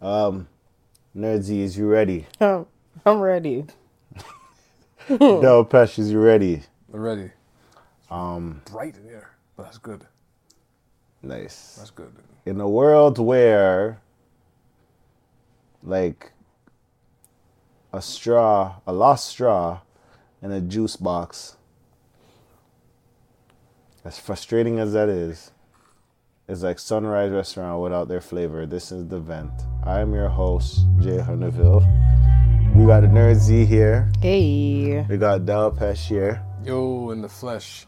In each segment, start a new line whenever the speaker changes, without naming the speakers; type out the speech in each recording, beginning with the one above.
Um, Nerdsy, is you ready?
I'm, I'm ready.
Del Pesh, is you ready?
already. Um, bright in here, but that's good.
Nice.
That's good.
in a world where like a straw a lost straw in a juice box as frustrating as that is is like sunrise restaurant without their flavor this is the vent i am your host jay hunterville we got nerd z here
Hey.
we got del pesh here
Yo, in the flesh.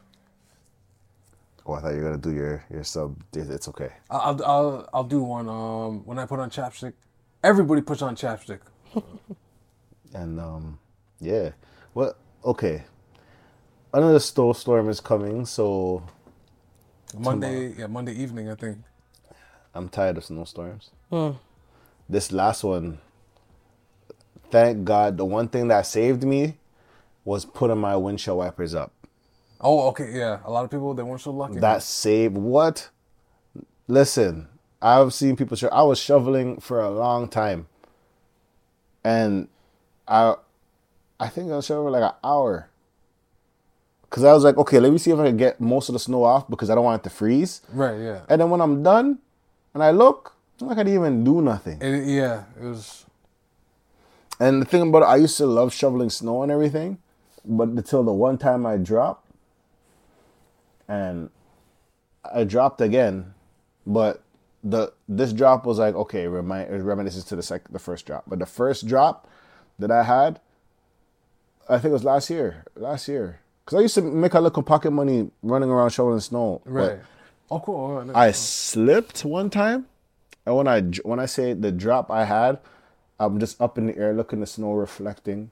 oh i thought you were gonna do your your sub It- it's okay
I- I'll, I'll, I'll do one. Um, when I put on chapstick, everybody puts on chapstick.
and um yeah what okay another snowstorm is coming so
Monday, yeah, Monday evening, I think.
i'm tired of snowstorms this last one thank god the one thing that saved me was putting my windshield wipers up
Oh, okay, yeah. A lot of people they weren't so lucky.
that saved what listen i've seen people sho- i was shoveling for a long time and i i think i was shoveling like an hour because i was like okay let me see if i can get most of the snow off because i don't want it to freeze
right, yeah.
and then when i'm done and i look i'm like i didn't even do nothing
It, yeah, it was.
and the thing about it, I used to love shoveling snow and everything, but until the one time I dropped, and I dropped again, but the this drop was like okay, remind it was reminiscent to the sec, the first drop, but the first drop that I had, I think it was last year, last year, because I used to make a little pocket money running around shoveling snow, but
Right. Oh, cool. All right,
I slipped one time, and when I dr- when I say the drop I had, I'm just up in the air looking the snow reflecting.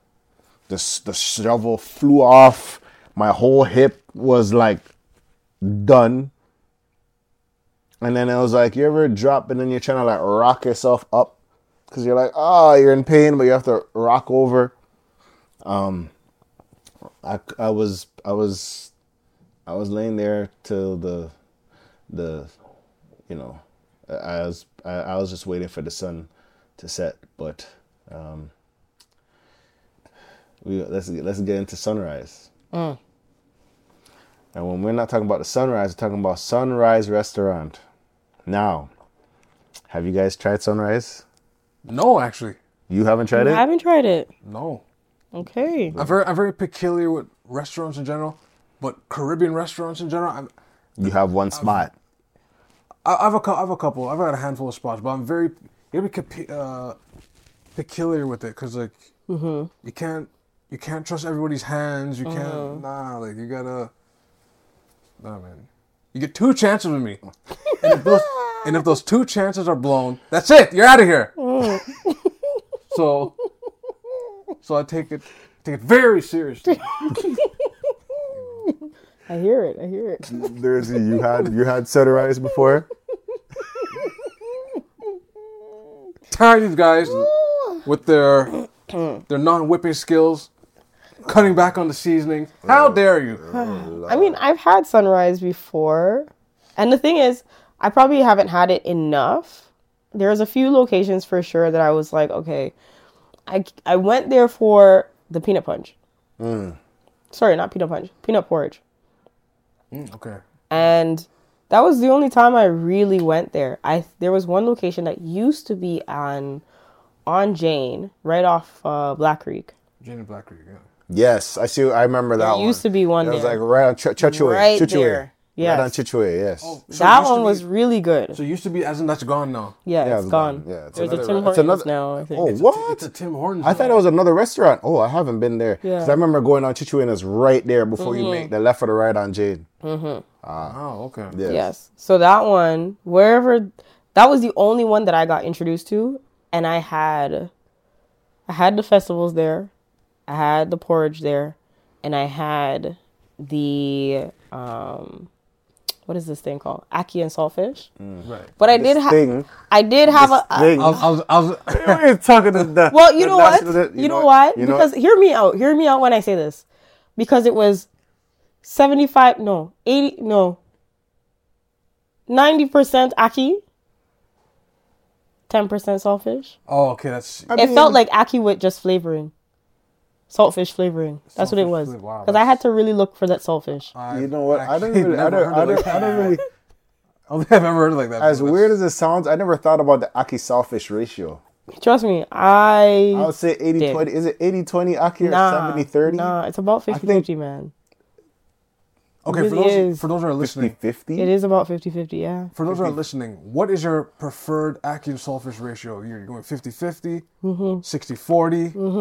The s- the shovel flew off. My whole hip was like done. And then it was like you ever drop and then you're trying to like rock yourself up because you're like oh you're in pain but you have to rock over. Um, I I was I was I was laying there till the the you know I I was I, I was just waiting for the sun to set but um we let's let's get into sunrise and when we're not talking about the sunrise we're talking about sunrise restaurant now have you guys tried sunrise
no, actually,
you haven't tried
I
it
haven't tried it.
no.
Okay.
I'm very, I'm very peculiar with restaurants in general, but Caribbean restaurants in general, I'm,
you have one spot
I, I have a, cou- I have a couple. I've got a handful of spots, but I'm very, you gotta be capi- uh, peculiar with it because like you can't, you can't trust everybody's hands. You can't, nah, like you gotta, nah, man. You get two chances with me, and if those, and if those two chances are blown, that's it. You're out of here. so, so I take it, take it very seriously.
I hear it. I hear it.
there's you had you had sunrise before
tired of these guys with their their non-whipping skills, cutting back on the seasoning. How dare you?
I mean, I've had sunrise before. And the thing is, I probably haven't had it enough. There's a few locations for sure that I was like, okay, I, I went there for the peanut punch. Sorry, not peanut punch, peanut porridge.
Mm, okay.
and that was the only time I really went there. I there was one location that used to be on on Jane, right off uh, Black Creek.
Jane and Black Creek. Yeah.
yes I see I remember that
There
one
used to be one
It
there.
was like right on Ch- Chichue.
Right
Chichue.
there. Yes.
Right on Chichue, yes.
So it
that
used to
one was
be-
really good.
So it used to be, as in that's gone now.
yeah,
Yeah,
it's
it's
gone.
gone. Yeah, it's
There's a
another-
Tim
it's
Hortons
another-
now. I think.
oh,
It's a
what?
Tim Hortons.
I thought it was another restaurant. Oh, I haven't been there. Because
Yeah. Mm-hmm.
I remember going on Chichue and it's right there before you make the left or the right on Jade.
Oh, okay.
Yes.
Yes. So that one, wherever that was the only one that I got introduced to and I had I had the festivals there. I had the porridge there and I had the um what is this thing called? Aki and saltfish.
Right.
But I did have
Thing.
I did have a I-
Thing.
I was, I was, I was
We're talking to the-
well, you
the
know what?
national-
You know what?
You know
Because hear me out. Hear me out when I say this. Because it was 75 no, 80 no. 90% Aki, ten percent saltfish.
Oh, okay, that's
I
It
mean,
felt like ackee with just flavoring, saltfish flavoring. That's what it
Saltfish
was.
flavor, wow,
Because I had to really look for that saltfish.
you know what? I don't
actually
really, I
never
don't, I
heard it
don't,
like
I don't
that.
really.
I don't think I've ever heard it like that.
As
before.
weird as it sounds, I never thought about the Aki saltfish ratio.
Trust me, I
I would say 80
Did.
20. Is it 80 20 Aki
nah,
or 70 30?
Nah, uh, it's about 50
think-
50, man.
okay, for
really
those
is.
for those who are
50
listening,
50?
It is about 50 50, yeah.
for those who are listening, what is your preferred active sulfur ratio? You're going 50-50,
Mm-hmm.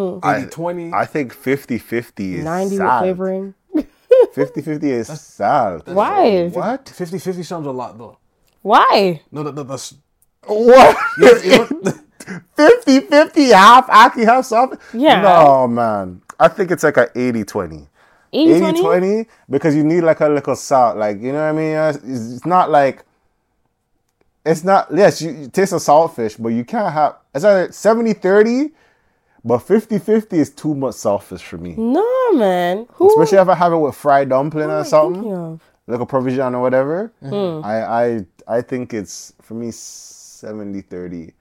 60-40, 80-20?
I think 50 50 is
90 with
sad.
flavoring.
50 50 is sad.
Why?
What?
50-50 sounds a lot though.
Why?
No, the, the, the, s-
What?
you know-
50 50 half Aki, half soft?
Yeah.
No, man. I think it's like a 80 20.
80
80
20?
20 because you need like a little salt. Like, you know what I mean? Uh, It's, it's not like. It's not, yes, you, you taste a saltfish, but you can't have. It's either 70 30, but 50 50 is too much saltfish for me.
No, man. Who
Especially if I have it with fried dumpling or something.
thinking of?
like a provision or whatever.
Mm.
I, I I think it's for me 70 30.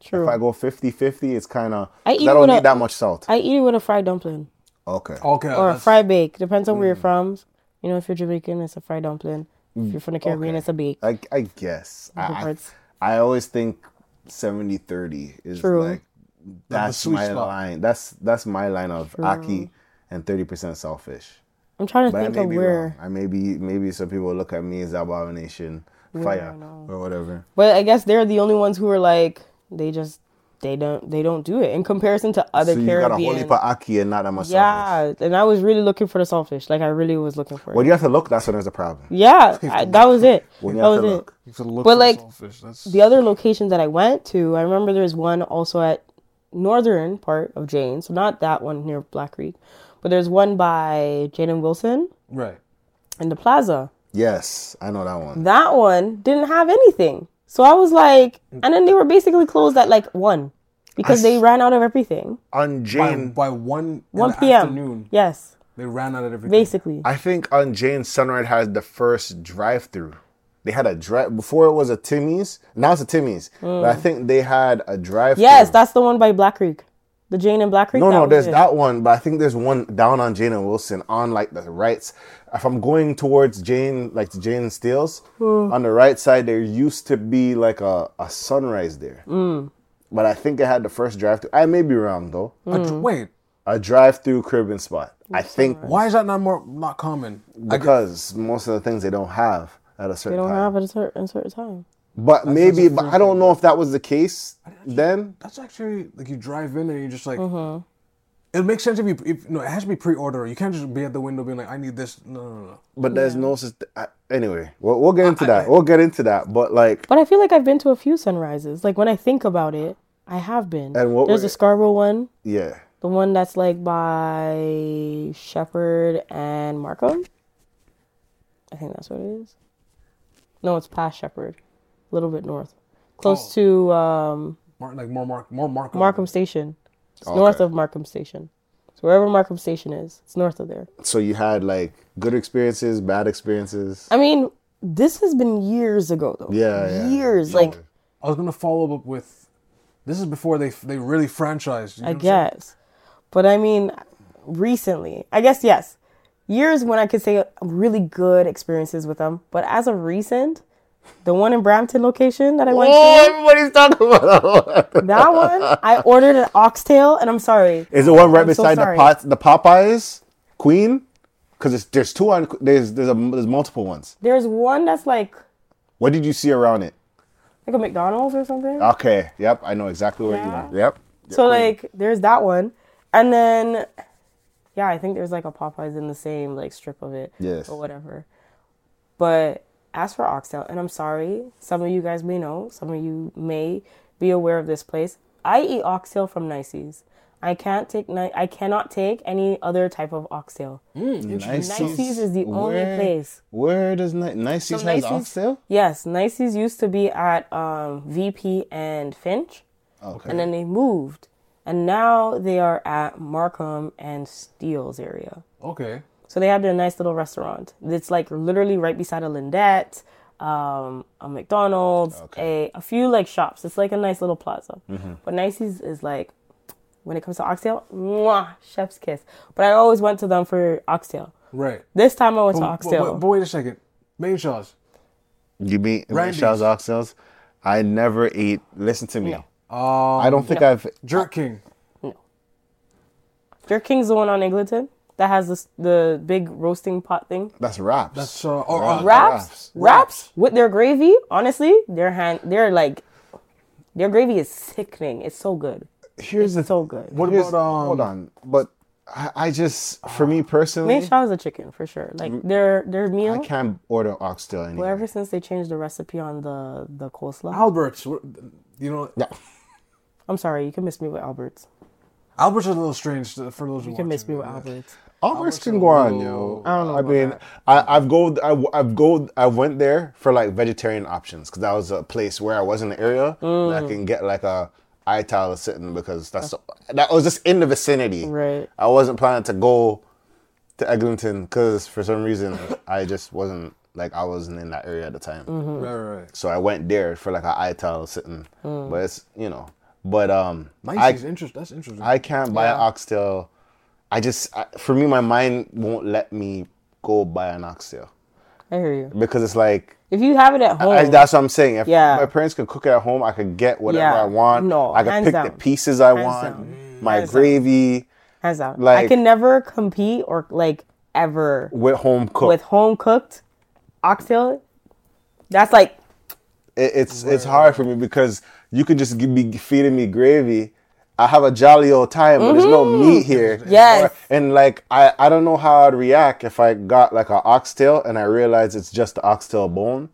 True.
If I go 50 50, it's kind of
I
I,
eat
don't
with
need
a-
that much salt.
I Oh. eat it with a fried dumpling
okay.
okay,
or a
that's-
fried bake. Depends on where you're
Hmm.
from. You know, if you're Jamaican, it's a fried dumpling. If you're from the Caribbean, it's a bake.
I, I guess. I,
Difference.
I, I always think 70 30 is
True.
like that's
sweet
my
spot.
line. That's that's my line of Aki and 30% saltfish.
I'm trying to
But I
think
may
of
be
where.
wrong. I may be maybe some people look at me as abomination, fire or whatever.
But I guess they're the only ones who are like they just they don't they don't do it in comparison to other
So you got a whole
Caribbean.
heap of Aki and not that much saltfish.
yeah, and I was really looking for the saltfish. Like I really was looking for
When
it.
you have to look, that's when there's a problem.
Yeah, I, that was it.
When you
that
have
was
to
Oh, it.
look.
You could look
But,
for
like,
saltfish. That's
The other locations that I went to, I remember there was one also at northern part of Jane, so not that one near Black Creek, but there's one by Jane and Wilson
right.
in the plaza.
Yes, I know that one.
That one didn't have anything. So I was like, and then they were basically closed at like one because they ran out of everything.
On
By,
Jane,
by one in
1
the
p.m.
afternoon,
Yes,
they ran out of everything.
basically.
I think on Jane Sunrise has the first drive-through. They had a drive before it was a Timmy's. Now it's a Timmy's, but I think they had a drive-through.
Mm. yes, that's the one by Black Creek. The Jane and Black Creek.
no,
that
no,
was
there's
it.
that one, but I think there's one down on Jane and Wilson on like the right. If I'm going towards Jane, like to Jane and Steele's,
Mm.
on the right side, there used to be like a, a sunrise there.
Mm.
But I think it had the first drive through. I may be wrong though.
A
Mm.
dr- Wait,
A drive through Caribbean spot. I think
why is that not more not common? I guess
because most of the things they don't have at a
They
certain
don't
time.
have it at a certain, certain time.
but maybe, but I don't know if that was the case then.
that's actually like you drive in and you just like.
Mm-hmm.
It makes sense if you if, no, it has to be pre-order. You can't just be at the window being like, I need this. No, no, no.
But there's no such. I, anyway, we'll, we'll get into that. we'll get into that. But like,
But I feel like I've been to a few sunrises. Like when I think about it, I have been.
And what
there's
were-
the Scarborough one,
yeah,
the one that's like by Shepherd and Markham. I think that's what it is. No, it's past Shepherd, a little bit north, close to um,
Mar- like more mark, more Markham.
Markham Station. It's north
Okay.
of Markham Station. So wherever Markham Station is, it's north of there.
so you had like good experiences, bad experiences.
I mean, this has been years ago though.
Yeah, yeah.
years. Like
I was gonna follow up with, this is before they they really franchised. You know
I
what I'm saying?
guess, but I mean, recently, I guess yes, years when I could say really good experiences with them. But as of recent, the one in Brampton location that I went
Oh, everybody's talking about. that
to, that one I ordered an oxtail, and I'm sorry,
Is the one right
I'm so
beside the
sorry.
pot, the Popeyes Queen? Because there's two on. There's there's a there's multiple ones.
there's one that's like
What did you see around it?
like a McDonald's or something.
Okay. Yep. I know exactly where
Yeah.
you went. Yep.
So like there's that one. And then yeah, I think there's like a Popeyes in the same like strip of it.
Yes.
Or whatever. But as for oxtail, and I'm sorry, some of you guys may know, some of you may be aware of this place. I eat oxtail from Nicey's. I can't take ni- I cannot take any other type of oxtail. Nicey's is the only
Where-
place.
Where does Ni- Nicey's has
Nicey's-
oxtail?
Yes, Nicey's used to be at um, VP and Finch,
Okay.
and then they moved, and now they are at Markham and Steeles area.
Okay.
So they have their nice little restaurant. It's like literally right beside a Lindette, um, a McDonald's, a, a few like shops. It's like a nice little plaza.
Mm-hmm.
But Nicey's is like, when it comes to oxtail, mwah, chef's kiss. But I always went to them for oxtail.
Right.
This time I went to
But- But,
oxtail.
but- but wait a second. Main Shaw's.
You mean
Randy's.
Shaw's oxtails? I never ate. Listen to me.
Um,
I don't think I've.
Uh,
Jerk King.
Jerk King's the one on Eglinton that has this, the big roasting pot thing.
That's wraps.
That's, uh, or- or-
Wraps, wraps,
Wraps.
with their gravy. Honestly, their hand, they're like, their gravy is sickening. It's so good.
Here's the
It's so good.
What
here's-
about um?
hold on, but I, I just for me personally,
Main shot is a chicken for sure. Like their their
Mm. I
meal.
can't order oxtail anymore.
Ever since they changed the recipe on the the coleslaw,
Alberts. What- You know,
Yeah.
I'm sorry, you can miss me with Alberts.
Alberts are a little strange to- for those who
You can miss me with
yeah.
Alberts.
Albert's can go on, yo. I don't know. I mean, I, I've go, I, I've go, I went there for like vegetarian options because that was a place where I was in the area and I can get like a eye towel sitting because that's that was just in the vicinity.
Right.
I wasn't planning to go to Eglinton because for some reason I just wasn't like I wasn't in that area at the time.
Right, right, right.
So I went there for like an eye towel sitting, but it's you know, but um, I,
Nice. Interest. That's interesting.
I can't buy an oxtail. I just, I, for me, my mind won't let me go buy an oxtail
I hear you.
because it's like,
If you have it at home,
I, that's what I'm saying. If
Oh. Yeah.
my parents could cook it at home, I could get whatever
Yeah.
I want.
No,
I could
hands
pick the
down.
pieces I
Hands
want,
down.
my
Hands down.
gravy
hands out. I
like-
can never compete or like ever
with home cooked.
with home cooked oxtail. That's like
it, it's it's hard for me because you could just give, be feeding me gravy. I have a jolly old time, but there's
Mm-hmm.
no meat here.
Yes.
Or- and like I, I don't know how I'd react if I got like an oxtail and I realize it's just the oxtail bone,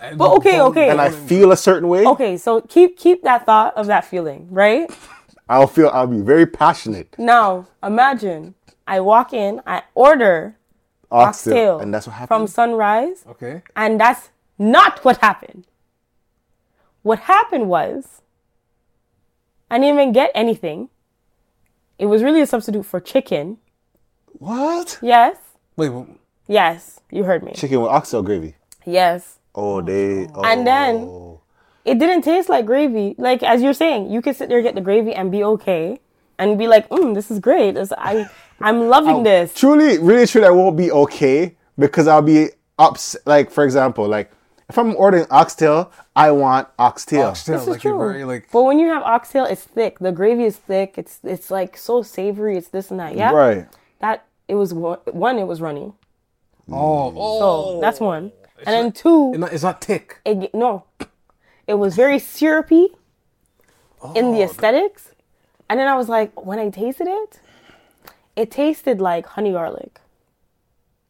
And
But
the
okay,
bone-
okay.
and I feel a certain way.
okay. So keep keep that thought of that feeling, right?
I'll feel I'll be very passionate.
Now, imagine I walk in, I order
Oxtail,
oxtail
and that's what happened.
from Sunrise,
Okay.
and that's not what happened. What happened was I didn't even get anything. It was really a substitute for chicken.
what?
Yes.
Wait. Well,
Yes, you heard me.
Chicken with oxtail gravy.
Yes.
Oh, they. Oh.
And then it didn't taste like gravy. Like as you're saying, you could sit there get the gravy and be okay and be like, mm, this is great. This, I I'm loving this.
truly, really, truly, I won't be okay because I'll be upset. Like for example, like if I'm ordering oxtail, I want oxtail.
Oxtail,
This is
like
true.
you're very like.
but when you have oxtail, it's thick. The gravy is thick. It's it's like so savory. It's this and that. Yeah.
Right.
That it was one. one, It was runny.
Oh, oh.
So that's one. and then two.
It's not, it's not thick.
it ge- no, it was very syrupy in the aesthetics. And then I was like, when I tasted it, it tasted like honey garlic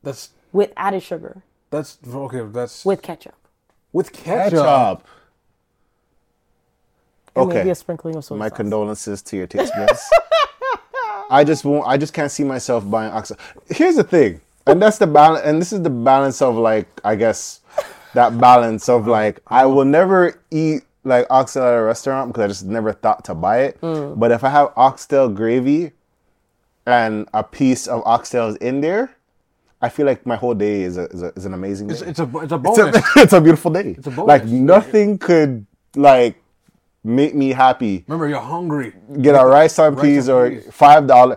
That's
with added sugar
that's okay. That's with,
with ketchup.
ketchup.
And
Okay.
maybe a sprinkling of soy
My
sauce.
condolences to your taste buds. I just won't. I just can't see myself buying oxtail. Here's the thing, and that's the balance. And this is the balance of like, I guess, that balance of like, I will never eat like oxtail at a restaurant because I just never thought to buy it.
Mm.
But if I have oxtail gravy and a piece of oxtails in there, I feel like my whole day is a, is, a, is an amazing.
It's,
day
it's a it's a
it's
bonus.
a, it's a beautiful day.
a bonus.
Like nothing could like make me happy.
Remember, you're hungry.
Get a rice on peas
on
or
peas.
five dollar.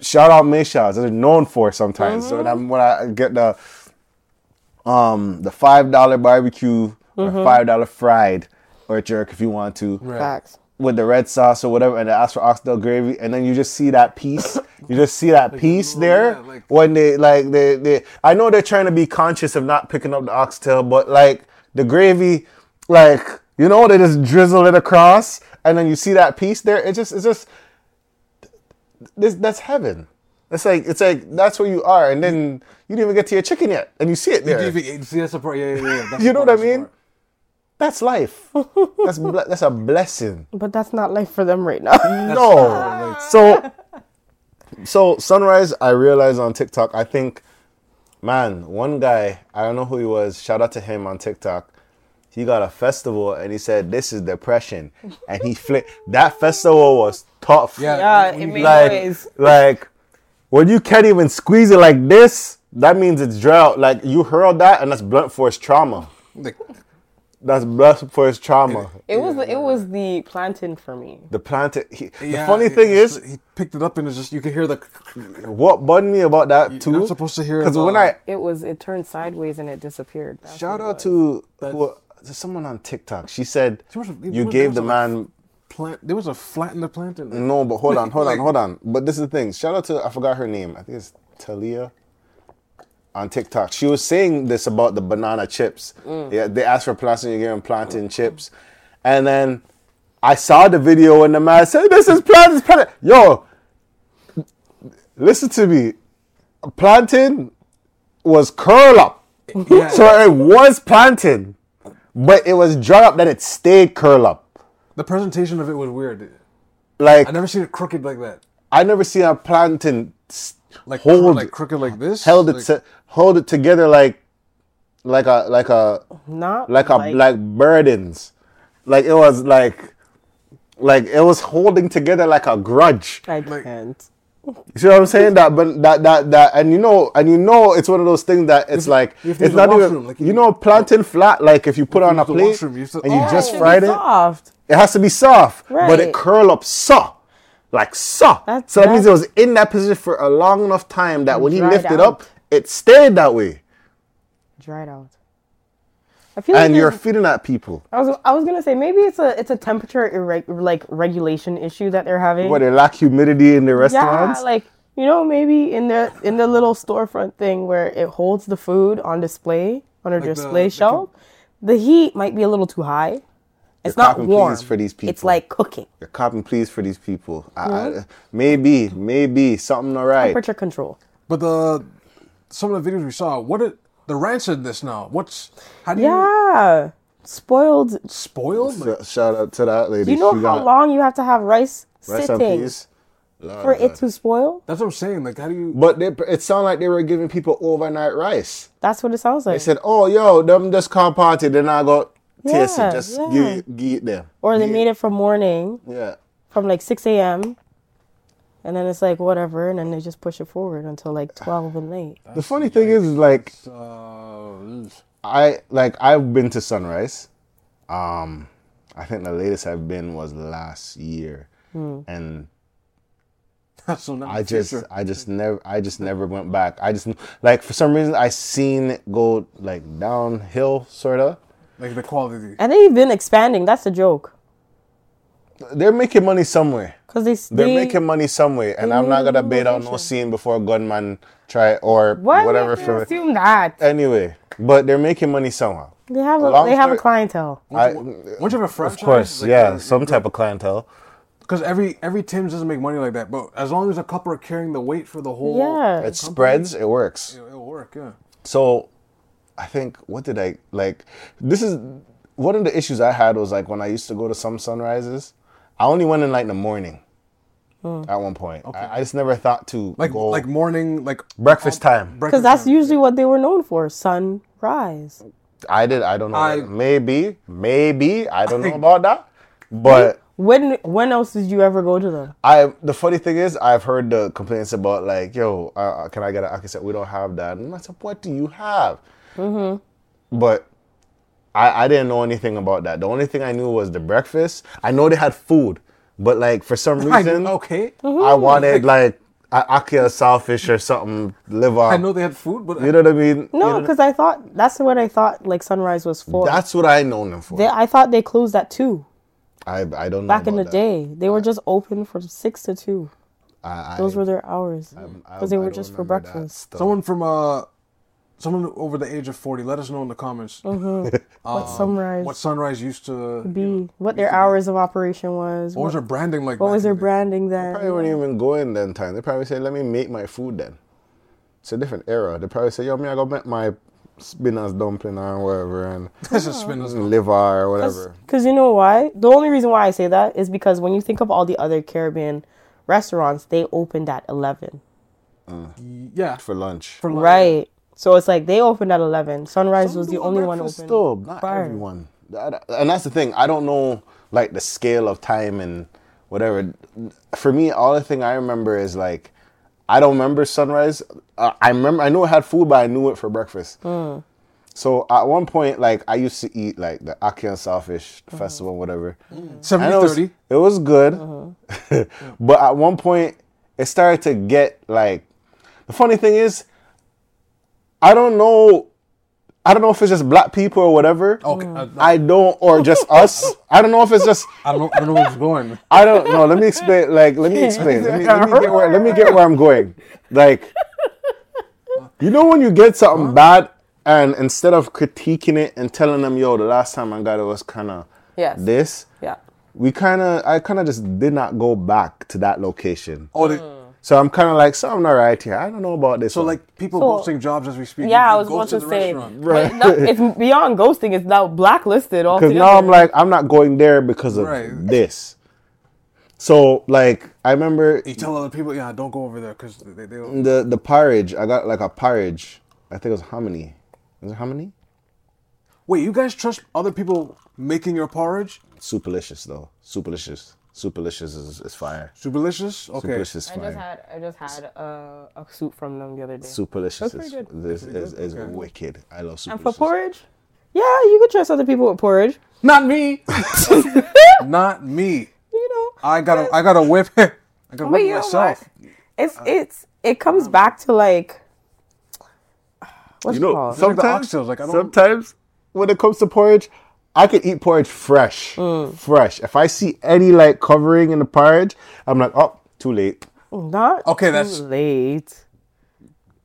Shout out Misha's. They're known for sometimes.
Mm-hmm.
So when, I'm, when I get the um the five dollar barbecue
Mm-hmm.
or five dollar fried or jerk if you want to
Facts.
with the red sauce or whatever, and they ask for oxtail gravy, and then you just see that piece. you just see that piece
oh,
there
yeah, like-
when they like they they. I know they're trying to be conscious of not picking up the oxtail, but like the gravy, like you know, they just drizzle it across, and then you see that piece there. It just it's just this that's heaven. It's like it's like that's where you are, and then you didn't even get to your chicken yet, and you see it there.
DV, see, that's the part. Yeah, yeah, yeah. That's
You
the
know what
part,
I
that's the
mean?
part.
That's life. that's ble- that's a blessing.
But that's not life for them right now.
No. So so sunrise I realized on TikTok, I think man, one guy, I don't know who he was, shout out to him on TikTok. He got a festival and he said this is depression and he flipped that festival was tough.
Yeah.
yeah,
When
it
you-
made
Like
noise.
like when you can't even squeeze it like this That means it's drought. Like you hurled that, and that's blunt force trauma.
Like,
That's blunt force trauma.
It was it was the plantain for me.
The planted. He,
yeah,
the funny
it-
thing
it's-
is,
he picked it up and it's just you can hear the.
what bugged me about that too?
not supposed to hear
Because when
about-
I
It was it turned sideways and it disappeared. That's
shout
what it
out
was.
to who, to someone on TikTok, she said
There was a- there
you
was-
gave the
there was a-
man
Plant. There was a flat in the plant. In there.
No, but hold on, hold on,
Like-
hold on. But this is the thing. Shout out to I forgot her name. I think it's Talia on TikTok. She was saying this about the banana chips.
Mm.
Yeah, they asked for plantain, you give them plantain chips, and then I saw the video and the man said, "This is plantain, plantain." Yo, listen to me. Plantain was curl up,
Yeah.
so it was plantain, but it was dry up. Then it stayed curl up.
The presentation of it was weird.
Like
I never seen it crooked like that.
I never seen a plantain s-
Like cro-
hold
like crooked like this.
held it
Like,
se- hold it together like like a like a
not
like a like, burdens, like it was like like it was holding together like a grudge.
I can't.
You see what I'm saying? That but that that that and you know and you know it's one of those things that it's like
if there's
it's
a
not even
washroom, like,
you know plantain flat like if you put it on a
use the
plate
washroom, use the-
and you
Oh, it
just
should be
fried it.
Soft.
It has to be soft, but it
Right.
curl up so, like so.
That's-
so that means it was
that's-
in that position for a long enough time that when he
Dried
lifted
out.
up, it stayed that way,
Dried out. I feel
and
like
you're
there's-
feeding at people.
I was I was gonna say maybe it's a it's a temperature irre- like regulation issue that they're having.
What they lack humidity in the
yeah,
restaurants.
like you know maybe in the in the little storefront thing where it holds the food on display on a
the-
display
the
shelf, the heat might be a little too high. It's not
cock and
warm.
please for these
It's
people.
like cooking.
You're copping please for these people. I- I- maybe, maybe something alright.
Temperature control.
But the some of the videos we saw, what it, the rancidness now? What's how do you
Yeah, spoiled.
spoil?
So,
Like,
shout out to that lady.
Do you know
She
how
got-
long you have to have rice
rest in
sitting
peace.
for it to spoil?
that's what I'm saying. Like how do you?
But they, it sounded like they were giving people overnight rice.
That's what it sounds like.
They said, "Oh, yo, them just come party. Then I go taste
Yeah,
it. Just
yeah.
give it, give it them."
or they made it from morning,
Yeah.
from like 6 a.m. And then it's like whatever, and then they just push it forward until like 12 and late.
The funny thing is, is like
Uh,
I like I've been to Sunrise. Um, I think the latest I've been was last year,
Hmm.
and
so now
I just I just never I just never went back. I just like for some reason I seen it go like downhill sorta.
like the quality.
And they've been expanding. That's a joke.
They're making money somewhere.
Because they,
They're
they-
making money somewhere, and I'm
made
not
it
gonna
one
bait out no
location.
scene before gunman try or
Why
whatever.
whatever.
for-
assume that
anyway, but they're making money somehow.
they have a,
Long
they have a
story-
clientele.
I,
Once you have a franchise,
of course,
uh,
yeah, some type of clientele.
Because every every Tim's doesn't make money like that, but as long as a couple are carrying the weight for the whole,
Yeah.
It spreads, it works.
it'll, it'll work. Yeah.
So, I think what did I like? This is one of the issues I had was like when I used to go to some sunrises, I only went in like in the morning. At one point, I, I just never thought to
Hmm. Like
go
like morning, like
breakfast time.
Because that's usually what they were known for: sunrise.
I did. I don't know.
I-
maybe, maybe I don't know about that. But
When when else did you ever go to them?
I the funny thing is, I've heard the complaints about like, yo, uh, uh, can I get an accent? We don't have that. And I said, what do you have?
Mm-hmm.
But I, I didn't know anything about that. The only thing I knew was the breakfast. I know they had food, but like for some
I,
reason, I,
okay.
wanted like a akia saltfish or something liver.
I know they had food, but
you know what I mean? You
No,
know-
because I thought that's what I thought. Like sunrise was for.
that's what I know them for.
They, I thought they closed at two
I I don't know
back in the
about that.
day. They were just open from six to two.
I, I,
Those were their hours
I-
because they
I
were
don't
just for
remember that
breakfast.
stuff.
someone from uh, someone over the age of forty, let us know in the comments
Uh,
What sunrise
what Sunrise used to.
be? What their hours of operation was?
What
What,
was their branding like?
what
back
was
in
their
the day?
branding then?
probably weren't even going then time. They probably said, "Let me make my food then." It's a different era. They probably said, "Yo, me, I go make my spinach dumpling or whatever and
That's a spin. that's-
liver or whatever."
Because you know why? The only reason why I say that is because when you think of all the other Caribbean restaurants, they opened at 11.
Yeah.
For lunch,
For like-
Right. So it's like they opened at 11. Sunrise was
Some
the
do
only one open.
breakfast Still, not
Fire.
everyone. That- And that's the thing. I don't know like the scale of time and whatever. For me, all the thing I remember is like I don't remember sunrise. Uh, I remember I knew I had food, but I knew it for breakfast.
Hmm.
So at one point, like I used to eat like the Aki and Selfish
Uh-huh.
festival, whatever. And
70
it was,
30.
it was good, but at one point it started to get like. The funny thing is, I don't know. I don't know if it's just black people or whatever.
Okay.
Mm.
I
I,
don't, or just us. I don't know if it's just.
I, don't, know- I don't know where it's going.
I don't know. Let me explain. Like, let me explain. Let me, let me get where. Let me get where I'm going. Like, you know when you get something bad, and instead of critiquing it and telling them, "Yo, the last time I got it was kind of
Yes.
this,"
Yeah.
we kind of, I kind of just did not go back to that location.
Oh, they,
So I'm kind of like something all right here. I don't know about this.
so
one.
like people
So-
posting jobs as we speak.
Yeah,
You
I was
go
about to
the
say.
restaurant.
But no, it's beyond ghosting. It's now blacklisted
Because
altogether.
now I'm like, I'm not going there because of
Right.
this. So like, I remember
You tell other people, yeah, don't go over there because they, they don't.
the the porridge. I got like a porridge. I think it was hominy. Is it hominy?
Wait, you guys trust other people making your porridge?
Superlicious though. Superlicious. Superlicious is, is fire.
Superlicious? Okay.
Superlicious is
I just
fire.
had I just had a, a soup from them the other day.
Superlicious
pretty
is,
good.
is, is, is wicked. I love superlicious.
And for porridge, yeah, you could trust other people with porridge.
Not me. Not me.
You know.
I gotta, I gotta whip. I gotta
But
whip
you know
myself.
what? It's it's it comes back to like what's
You
it
know,
called?
like the
sometimes,
oxtails, like, I don't-
sometimes when it comes to porridge, I could eat porridge fresh,
Mm.
fresh. If I see any like covering in the porridge, I'm like, oh, too late.
Not
Okay,
too
that's-
late.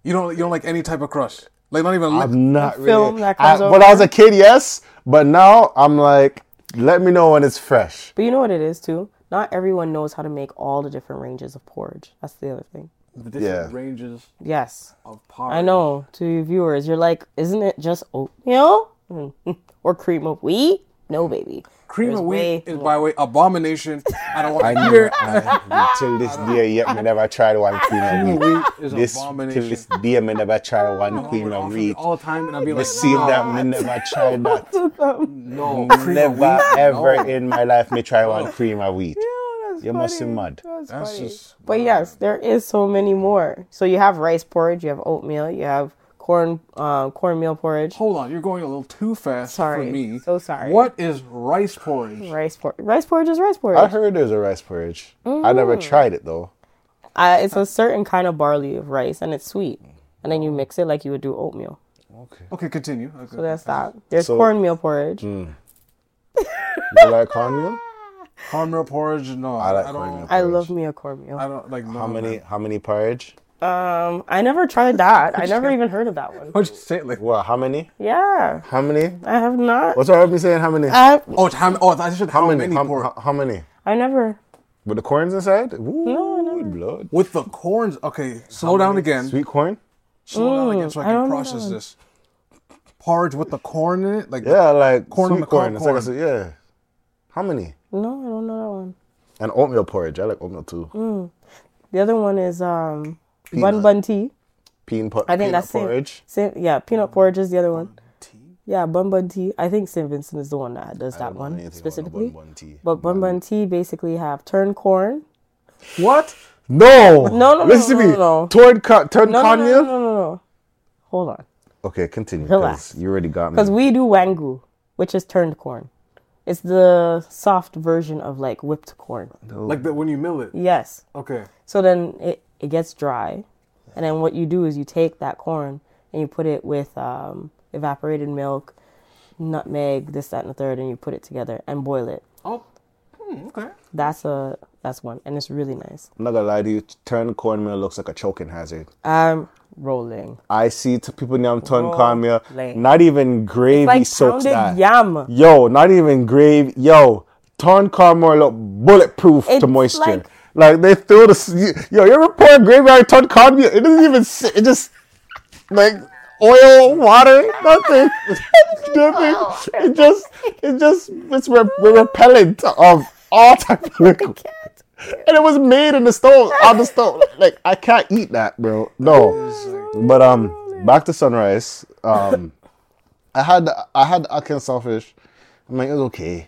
You don't, you don't like any type of crust. Like not even. lip.
I'm not really.
film that comes
I, when I
over.
was a kid, yes, but now I'm like, let me know when it's fresh.
But you know what it is too? Not everyone knows how to make all the different ranges of porridge. That's the other thing.
the different
Yeah.
ranges
Yes.
of porridge.
I know to your viewers, you're like, isn't it just oatmeal or cream of wheat? No, baby.
Cream
There's
of
way
wheat is, by the way, abomination. I don't want
I
to
knew
hear
it. I, till this
Ah.
day, yet me never tried one cream of wheat.
wheat is
This till
abomination.
this day, me never tried
My
one
mom
cream
would
of
offer me
wheat.
all the time, and I'd be
You
like,
see
no,
that me never tried that.
no, cream of
Never
wheat?
ever
No.
in my life me try one cream of wheat. You must be
funny.
mad.
That's just
But yes, there is so many more. So you have rice porridge, you have oatmeal, you have corn uh, cornmeal porridge,
Hold on, you're going a little too fast
Sorry.
for me.
So sorry.
What is rice porridge?
rice porridge. Rice porridge is rice porridge. Mm.
I heard there's a rice porridge. I never tried it though.
Uh, it's a certain kind of barley of rice, and it's sweet. And then you mix it like you would do oatmeal.
Okay, continue. Okay.
So that's that. There's
So-
cornmeal porridge.
You like cornmeal?
Cornmeal porridge? No,
I
I,
like
I
cornmeal.
don't.
I love me a cornmeal.
I don't like no,
How many? How many porridge?
Um, I never tried that. I never even heard of that one.
What'd you say? Like,
Well, how many?
Yeah,
How many?
I have not.
What's wrong with me saying how many?
I
oh, it's how, oh, I should how,
How
many,
many? How,
porridge
how- how many?
I never.
With the corns inside? Ooh, blood.
with the corns. Okay, slow down again.
Sweet corn?
Slow down again so I
I don't
can
know
process this. Porridge with the corn in it, like
Yeah, like
Corn on
sweet
the cob
corn. It's like a
corn.
sweet- yeah. How many?
No, I don't know that one.
And oatmeal porridge. I like oatmeal too.
The other one is um bun
Peanut.
Mm, bun tea.
Peanut, por-
I think
peanut
that's Saint-
porridge.
Saint- yeah,
Um,
peanut porridge is the other one.
tea?
Yeah, bun bun tea. I think St. Vincent is the one that does that
I don't know
one
anything about
specifically.
bun bun tea.
But bun bun tea basically have turned corn.
What?
No!
No, no,
Listen
no,
to
no,
me.
no.
Turned co- turned
No, no, no,
cornmeal?
no, no, no, no. Hold on,
Okay, continue. 'cause
Relax.
You already got
because
me.
we do wangu, which is turned corn. It's the soft version of like whipped corn.
Like that when you mill it.
Yes.
Okay.
So then it, it gets dry. And then what you do is you take that corn and you put it with um, evaporated milk, nutmeg, this, that, and the third, and you put it together and boil it.
Oh. Hmm, okay.
That's a that's one, and it's really nice.
I'm not gonna lie to you. Turned cornmeal looks like a choking hazard.
I'm rolling.
I see t- people named turned
Roll
cornmeal.
lane.
Not even gravy
Like
soaks
pounded
that.
yam.
Yo, not even grave. Yo, torn Carmore look bulletproof
It's
to moisture.
like-
Like, they threw the s- you- yo. You ever pour gravy out of torn Carmore? It doesn't even. sit. It just like oil, water, nothing. nothing. It just. It just. It's re- re- repellent of all type of liquid. And it was made in the stove, on the stove. Like I can't eat that, bro. No. But um, back to sunrise. Um. I had I had Akin selfish. I'm like, it was okay.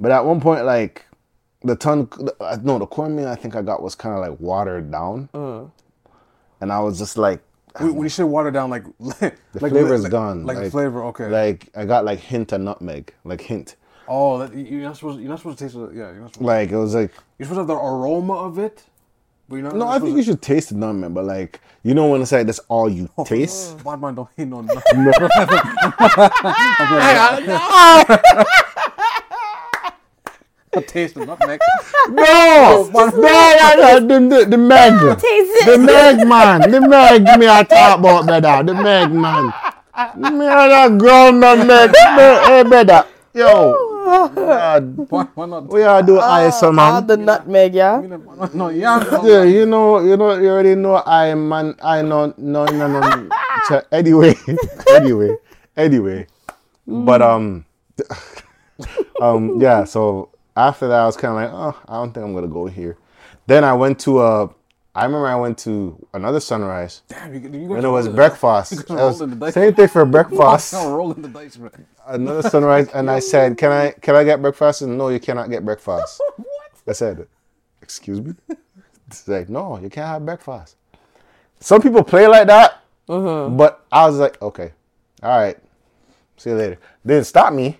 But at one point, like the ton, the, uh, no, the cornmeal I think I got was kind of like watered down. and I was just like,
When when you say water down, like the
the flavor's gone.
Like, the flavor, okay.
Like I got like hint of nutmeg, like hint.
oh, that, you're not supposed. You're not supposed to taste. it. Yeah, you're not supposed.
Like it was like
You're supposed to have the aroma of it, but you're not.
no, I think you should taste the nutmeg, but like you don't want to say that's all you taste.
Bad man don't hate no nothing. taste of nutmeg.
No, no, no, the, the, the Meg,
Taste
the Meg man, the Meg me I talk about better, the Meg man, me I not grown man Meg, me- hey better,
Oh.
yo, God,
Why, why not?
we are do ice man.
Ah, the nutmeg, yeah.
No, yeah.
Yeah, you know, you know, you already know I am man. I know, no, no, no. no. Ch- anyway, anyway, anyway.
Mm.
But um, um, yeah. So after that, I was kind of like, oh, I don't think I'm gonna go here. Then I went to uh, I remember I went to another sunrise,
Damn, you, you guys
and it was
are
breakfast. It
rolling
was
the Oh, dice.
same thing for breakfast.
Not rolling the dice, man.
Another sunrise, and I said, can I can I get breakfast? And no, you cannot get breakfast. I said, excuse me? It's like, no, you can't have breakfast. Some people play like that, but I was like, okay, all right, see you later. They didn't stop me.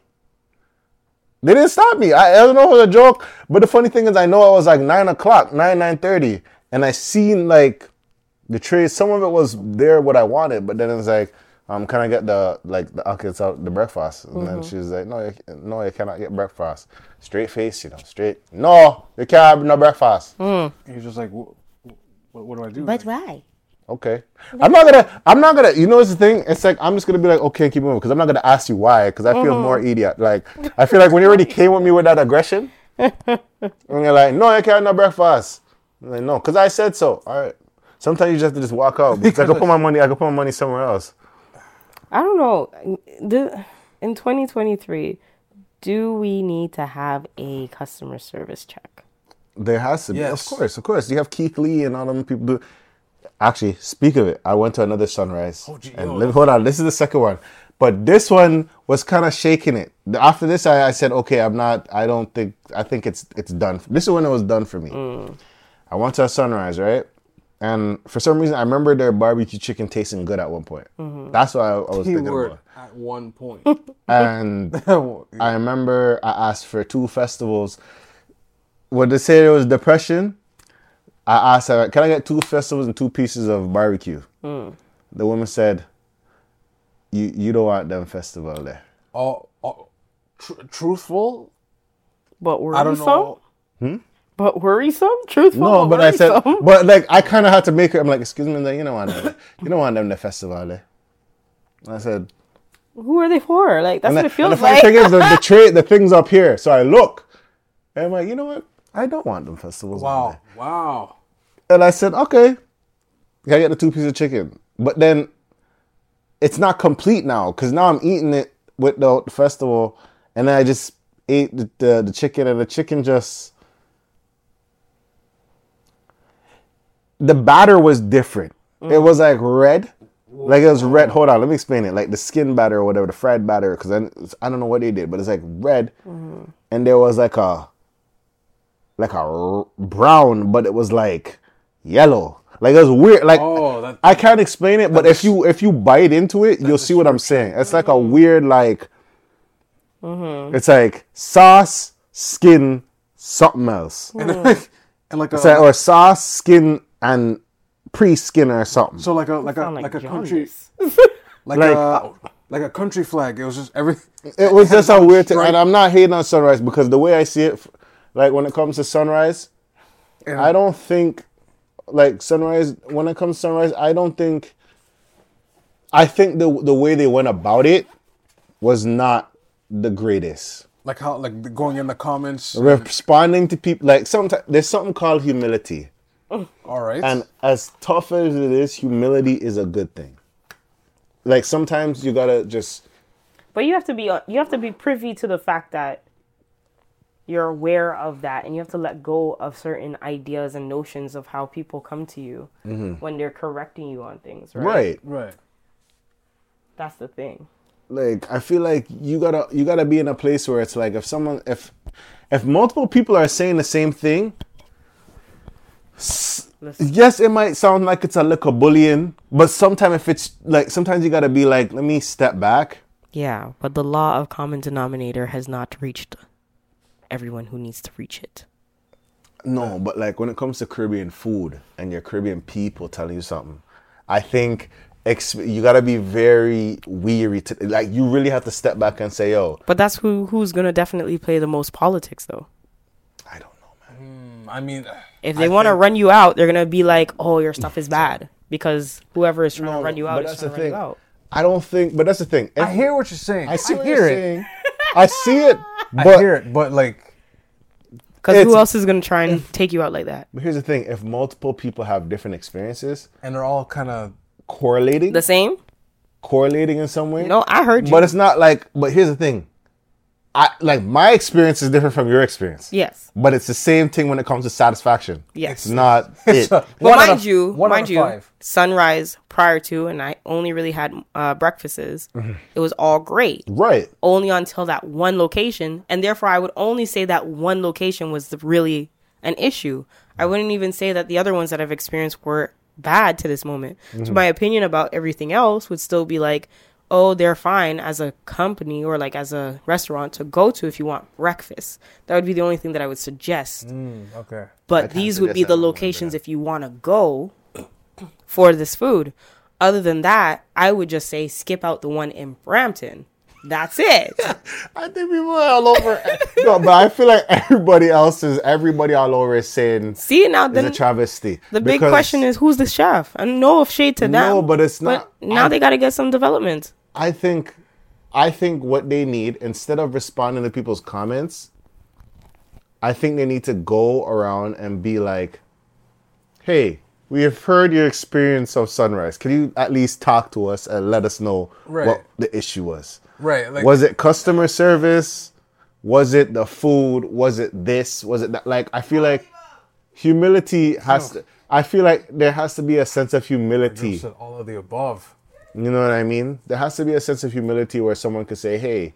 They didn't stop me. I, I don't know if it was a joke, but the funny thing is, I know I was like nine o'clock, nine nine thirty, and I seen like the tray. Some of it was there what I wanted, but then it was like, um, can I get the like the okay, it's out the breakfast? And then she was like, no, you, no, you cannot get breakfast. Straight face, you know, straight. No, you can't have no breakfast.
You're just like, what, what, what do I do?
why?
Okay, I'm not gonna, I'm not gonna. You know, it's the thing. It's like I'm just gonna be like, okay, keep moving, because I'm not gonna ask you why, because I feel more idiot. Like I feel like when you already came with me with that aggression, and you're like, no, I can't have no breakfast. I'm like, no, because I said so. All right. Sometimes you just have to just walk out. Because I could put my money, I could put my money somewhere else.
I don't know. The, in 2023, do we need to have a customer service check?
There has to be,
Yes.
of course, of course. You have Keith Lee and all them people do. Actually, speak of it. I went to another sunrise.
Oh, gee,
and
yo,
li- hold on, this is the second one, but this one was kind of shaking it. The- After this, I, I said, okay, I'm not. I don't think. I think it's it's done. This is when it was done for me.
Mm.
I went to a sunrise, right? And for some reason, I remember their barbecue chicken tasting good at one point.
Mm-hmm.
That's what I, I was thinking
Keyword
about.
at one point.
And
That's
I remember I asked for two festivals. When they say it was depression, I asked her, "Can I get two festivals and two pieces of barbecue?"
Hmm.
The woman said, "You you don't want them festival there."
all, all tr- truthful.
But worrisome?
I don't know.
But worrisome? Truthful?
No, but I said,
worrisome?
but like I kind of had to make her. I'm like, "Excuse me, like, you don't want them. you don't want them the festival there." And I said,
who are they for? Like, that's what it
and the
feels
funny
like.
thing is, the the, tra- the things up here. So I look, and I'm like, "You know what? I don't want them festivals." on there."
Wow, wow.
And I said, okay, I get the two pieces of chicken. But then it's not complete now because now I'm eating it with the festival, and then I just ate the, the the chicken, and the chicken just the batter was different.
Mm.
It was like red, like it was red. Hold on, let me explain it. Like the skin batter or whatever, the fried batter, because I, I don't know what they did, but it's like red,
Mm-hmm.
and there was like a like a r- brown, but it was like yellow. Like it was weird. Like
Oh, that-
I can't explain it, but if you if you bite into it, you'll see what I'm saying. It's like
Mm-hmm.
a weird like. It's like sauce, skin, something else.
And like, and like a,
It's like- or sauce, skin, and pre-skin or something.
so like a like a
Sound
like a country
jaundice.
like,
Like-
a like a country flag. It was just every.
it was just a weird thing,
stripe.
and I'm not hating on sunrise because the way I see it, f- like when it comes to sunrise,
Yeah.
I don't think like sunrise. When it comes to sunrise, I don't think. I think the the way they went about it was not the greatest.
Like how like the- going in the comments.
Mm. Responding to people like sometimes there's something called humility,
All right.
and as tough as it is, humility is a good thing. Like sometimes you gotta just
But you have to be uh, you have to be privy to the fact that you're aware of that, and you have to let go of certain ideas and notions of how people come to you when they're correcting you on things. Right?
Mm-hmm. right.
right.
That's the thing.
like I feel like you gotta you gotta be in a place where it's like if someone if if multiple people are saying the same thing, s-
Listen,
Yes, it might sound like it's a lick of bullying, but sometimes if it's like, sometimes you gotta be like, let me step back.
yeah, but the law of common denominator has not reached everyone who needs to reach it.
No, but like when it comes to Caribbean food and your Caribbean people telling you something, I think exp- you gotta be very weary. To, like you really have to step back and say, "Yo,
But that's who who's gonna definitely play the most politics though.
I don't know, man."
I mean,
If they want to run you out, they're gonna be like, "Oh, your stuff is bad," because whoever is trying to run you out
but
is
that's
trying
the
to run
thing.
you out.
I don't think. But that's the thing.
I hear what you're saying.
I see
I
what
hear
you're
it.
saying. I see it. But
I hear it, but like,
Because who
It's-
else is gonna try and take you out like that?
but here's the thing: if multiple people have different experiences,
and they're all kind of.
correlating,
The same?
correlating in some way.
No, I heard you.
but it's not like. But here's the thing: I like my experience is different from your experience.
yes.
But it's the same thing when it comes to satisfaction.
Yes.
It's not it.
Well,
One out
mind
of-
you,
one out
mind
of
you,
five.
sunrise prior to, and I only really had uh, breakfasts.
Mm-hmm.
It was all great,
right.
only until that one location, and therefore I would only say that one location was the- really an issue.
Mm.
I wouldn't even say that the other ones that I've experienced were bad to this moment. So
Mm-hmm.
my opinion about everything else would still be like, oh, they're fine as a company or like as a restaurant to go to if you want breakfast. That would be the only thing that I would suggest
Okay.
but these would
suggest that
be the
I remember
locations if you want to go for this food. Other than that, I would just say skip out the one in Brampton. That's it.
I think people are all over. no, but I feel like everybody else is everybody all over is saying
See now,
is a
then
travesty.
the big question is who's the chef? And no of shade to them.
No, but it's not-
now they got to get some development.
I think, I think what they need instead of responding to people's comments, I think they need to go around and be like, "Hey, we have heard your experience of sunrise. Can you at least talk to us and let us know
Right.
what the issue was?
Right. Like,
was it customer service? Was it the food? Was it this? Was it that? Like, I feel like humility has
Oh.
to. I feel like there has to be a sense of humility.
said all of the above.
You know what I mean? There has to be a sense of humility where someone could say, "Hey,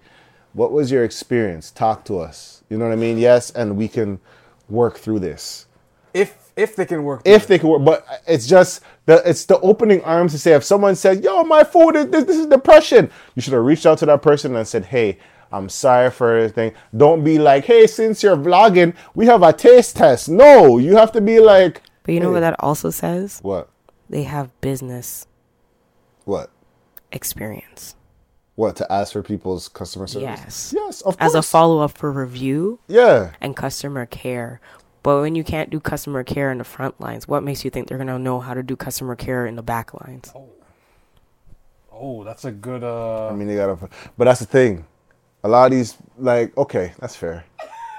what was your experience? Talk to us." You know what I mean? Yes, and we can work through this
If if they can work.
if they can work. But it's just the it's the opening arms to say if someone says, "Yo, my food is this, this is depression," you should have reached out to that person and said, "Hey." I'm sorry for everything. Don't be like, hey, since you're vlogging, we have a taste test. No, you have to be like,
But you know what that also says?
what?
They have business
What?
experience.
What? To ask for people's customer service?
Yes.
Yes, of
As a
course.
follow up for review,
yeah.
and customer care. But when you can't do customer care in the front lines, what makes you think they're going to know how to do customer care in the back lines?
Oh, that's a good. uh
I mean, they gotta. But that's the thing. A lot of these, like, okay, that's fair.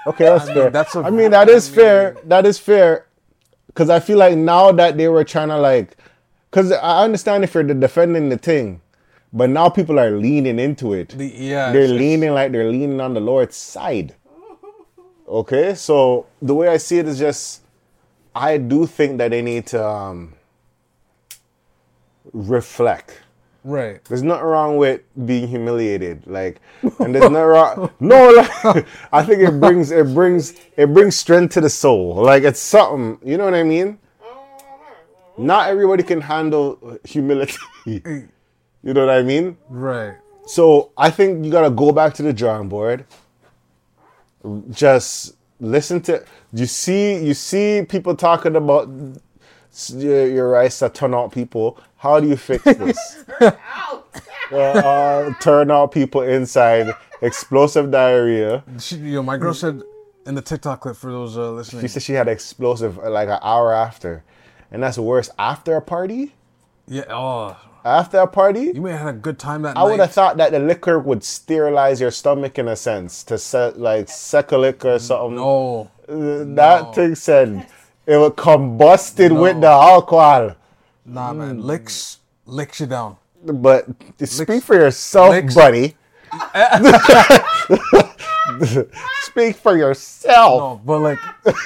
Okay, that's
mean,
fair.
that's a-
I mean, that
I
is fair. That is fair. Because I feel like now that they were trying to like, because I understand if you're de- defending the thing, but now people are leaning into it.
The, E yeah.
they're
it's-
leaning like they're leaning on the Lord's side. Okay, so the way I see it is just, I do think that they need to um, reflect.
Right.
There's nothing wrong with being humiliated, like, and there's nothing wrong. No, like, I think it brings it brings it brings strength to the soul. Like it's something, you know what I mean? Not everybody can handle humility. you know what I mean?
Right.
So I think you gotta go back to the drawing board. Just listen to you see you see people talking about s- your, your rice that turn out people. How do you fix this? uh, uh, turn out people inside explosive diarrhea.
She, yo, my girl said in the TikTok clip for those uh, listening.
She said she had explosive uh, like an hour after, and that's worse after a party.
yeah. Oh,
After a party,
you may have had a good time that
I
night.
would have thought that the liquor would sterilize your stomach in a sense to set like secolic or something.
Oh.
Uh, That thing said it would combusted with the alcohol.
Nah,
Mm.
man. Licks licks you down.
But speak for yourself,
Licks-
buddy. speak for yourself.
No, but like,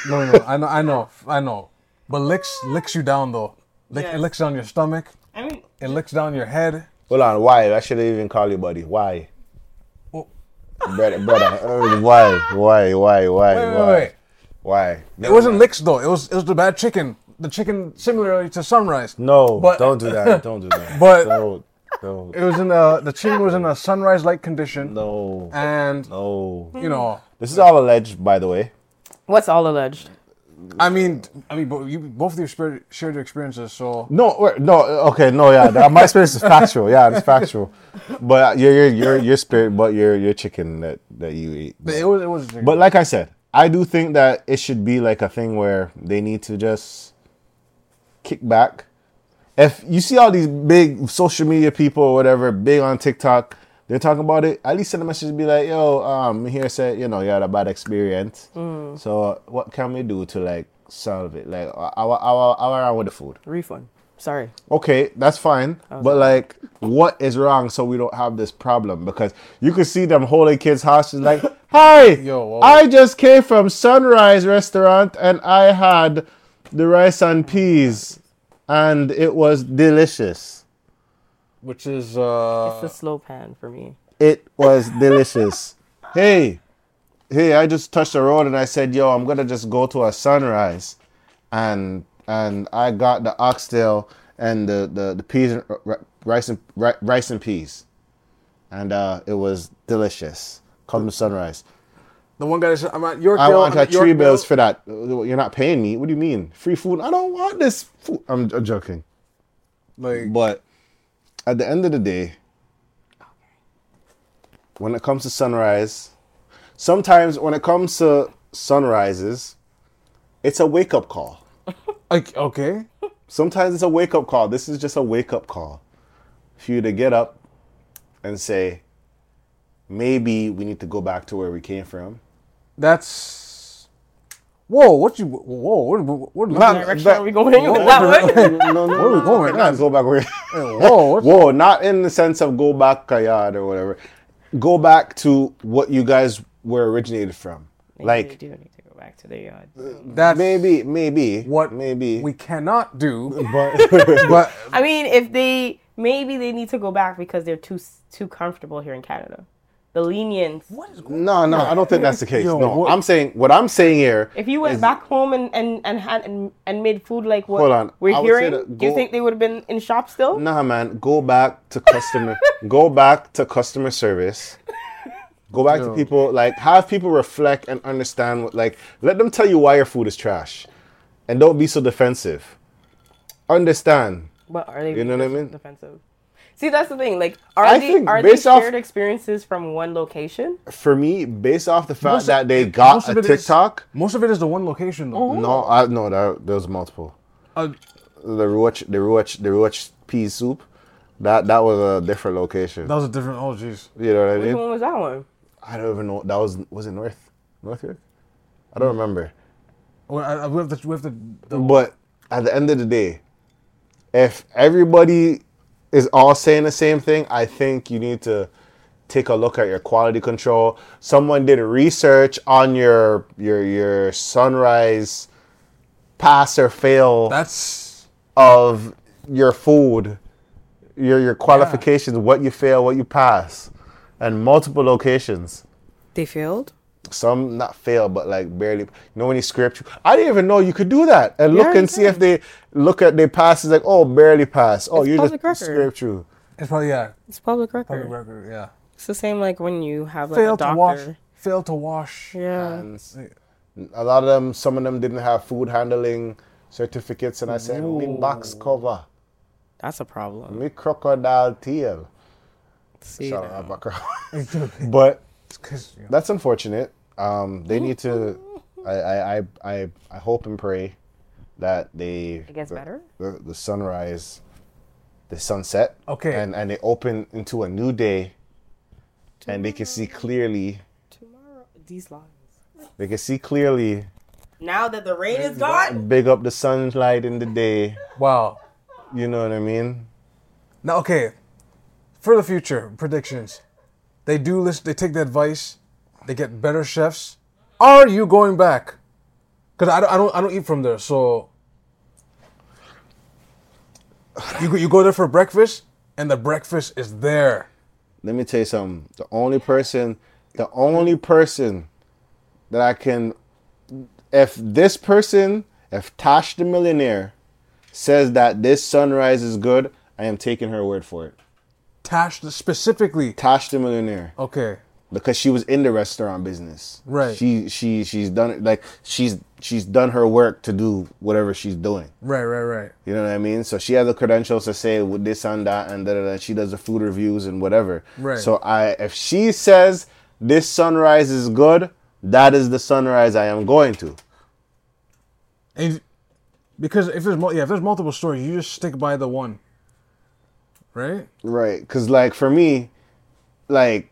no, no, I know, I know, I know. But licks licks you down though. Lick,
Yes.
It licks down your stomach.
I mean,
It licks down your head.
Hold on, why? I should even call you buddy. Why?
Oh,
Brother, brother. uh, why? Why? Why? Why?
wait, wait,
why?
wait.
Why?
It wasn't licks though. It was it was the bad chicken. the chicken similarly to sunrise.
No,
But-
don't do that. Don't do that.
But-
don't, don't,
It was in a the chicken was in a sunrise like condition,
no,
and
no.
you know,
This is all alleged, by the way.
What's all alleged?
I mean, I mean, bo- you both of you spa- shared your experiences, so
No, wait, no, okay, no, yeah. that- My experience is factual. Yeah, it's factual. But your your your your spirit, but your your chicken that that you eat.
but it was it was.
But like I said, I do think that it should be like a thing where they need to just kick back. If you see all these big social media people or whatever, big on TikTok, they're talking about it. At least send a message and be like, "Yo, um, here said you know you had a bad experience. So what can we do to like solve it? Like our our our around with the food.
Refund. Sorry.
Okay, that's fine. But like, what is wrong so we don't have this problem? Because you could see them holding kids hostage. Like, hi,
Yo, whoa.
I just came from Sunrise Restaurant and I had the rice and peas, and it was delicious.
which is uh,
It's a slow pan for me.
It was delicious. hey, hey, I just touched the road and I said, yo, I'm gonna just go to a sunrise, and and I got the oxtail and the the, the peas and ri- rice and ri- rice and peas, and uh, it was delicious. Come to sunrise.
the one guy that said, "I'm at Yorkville."
I want
I'm
a
at
tree
Yorkville."
bills for that. You're not paying me. What do you mean? Free food? I don't want this food. I'm j- joking.
Like,
But at the end of the day, when it comes to sunrise, sometimes when it comes to sunrises, it's a wake up call.
like okay,
Sometimes it's a wake up call. This is just a wake up call for you to get up and say, maybe we need to go back to where we came from.
that's whoa. What you whoa? What what? what
Not-
Direction
that-
are we going with that one?
no, no, no,
we going
no, not go back where.
whoa, what-
whoa, not in the sense of go back kayad or whatever. Go back to what you guys were originated from.
we
Like
do need to go back to the. Uh,
that's
maybe, maybe,
what
maybe,
we cannot do.
but
But
I mean, if they maybe they need to go back because they're too s- too comfortable here in Canada. The lenience.
what is going?
no, no, I don't think that's the case.
Yo,
no,
what-
I'm saying what I'm saying here.
If you went
is-
back home and and and had and, and made food like what
Hold on.
we're
I would say
hearing,
that
do you
go-
think they would have been in shop still?
Nah, man, go back to customer. go back to customer service. Go back to people. Like, have people reflect and understand. What, like, let them tell you why your food is trash, and don't be so defensive. Understand.
But are they?
You know what I
being
mean?
Defensive. See, that's the thing. Like, are
I
they
think
are they
based off-
shared experiences from one location?
For me, based off the fact
of-
that they
most
got
of
a
it is-
TikTok.
Most of it is the one location though.
No, I no, that there was multiple.
Uh,
The Ruach, the Ruach, the Ruach pea soup. That that was a different location.
that was a different. Oh jeez.
You know what I
Which
mean?
one was that one?
I don't even know. That was was it North North York? I
Hmm.
don't remember.
We I- I- we have to. We have to. The,
But at the end of the day, if everybody is all saying the same thing, I think you need to take a look at your quality control. Someone did research on your your your sunrise pass or fail
that's
of your food, your your qualifications, what you fail, what you pass, and multiple locations.
They failed.
Some not fail, but like barely. You know when you script, I didn't even know you could do that. And look
you
and see if they look at their passes like, oh, barely pass. Oh,
It's
you just
public record.
script through.
it's probably yeah.
It's public record.
Public record, yeah.
It's the same like when you have like a
Fail to
doctor.
wash. Fail to wash.
Yeah.
And a lot of them, some of them didn't have food handling certificates, and I said, me box cover,
That's a problem.
me crocodile tail.
See,
Shout
now.
out my croc- but
It's 'cause, you know,
that's unfortunate. Um, they need to. I, I, I, I, I hope and pray that they
it gets
the-
better.
The, the sunrise, the sunset.
Okay.
And and they open into a new day, and they can see clearly.
Tomorrow, these lines.
They can see clearly.
Now that the rain is gone,
Big up the sunlight in the day.
Wow.
You know what I mean?
Now, okay, for the future predictions, they do listen. They take the advice. They get better chefs. Are you going back? Because I don't, I don't, I don't eat from there. So you go- you go there for breakfast, and the breakfast is there.
Let me tell you something. The only person, the only person that I can, if this person, If Tosh the millionaire says that this sunrise is good, I am taking her word for it.
Tash specifically.
Tosh the millionaire
Okay.
because she was in the restaurant business.
Right.
She she she's done it like she's she's done her work to do whatever she's doing.
Right, right, right.
You know what I mean? So she has the credentials to say with this and that and da da da. She does the food reviews and whatever.
Right.
So I if she says this sunrise is good, that is the sunrise I am going to.
And because if there's mul- yeah, if there's multiple stories, you just stick by the one. Right?
Right, because like for me, like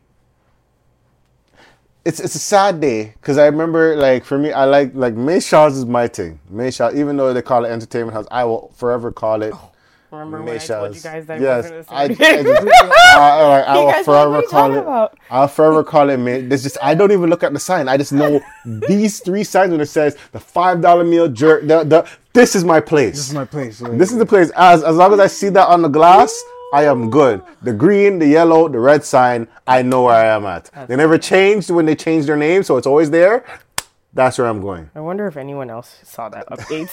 it's it's a sad day because I remember like for me I like like May Shaw's is my thing. May Shaw, even though they call it entertainment house, I will forever call it.
Oh, Remember
May
when I told you
Shaw's.
guys that
yes,
it wasn't
I, I,
the
I,
same?
I- I
You
will
guys know what
forever
we're
call
talking
it.
about.
I'll forever call it. May. There's just I don't even look at the sign. I just know these three signs when it says the five dollar meal jerk. The, the this is my place.
This is my place. like-
This is the place. As as long as I see that on the glass, I am good. The green, the yellow, the red sign, I know where I am at. They never changed when they changed their name, so it's always there. That's where I'm going.
I wonder if anyone else saw that update.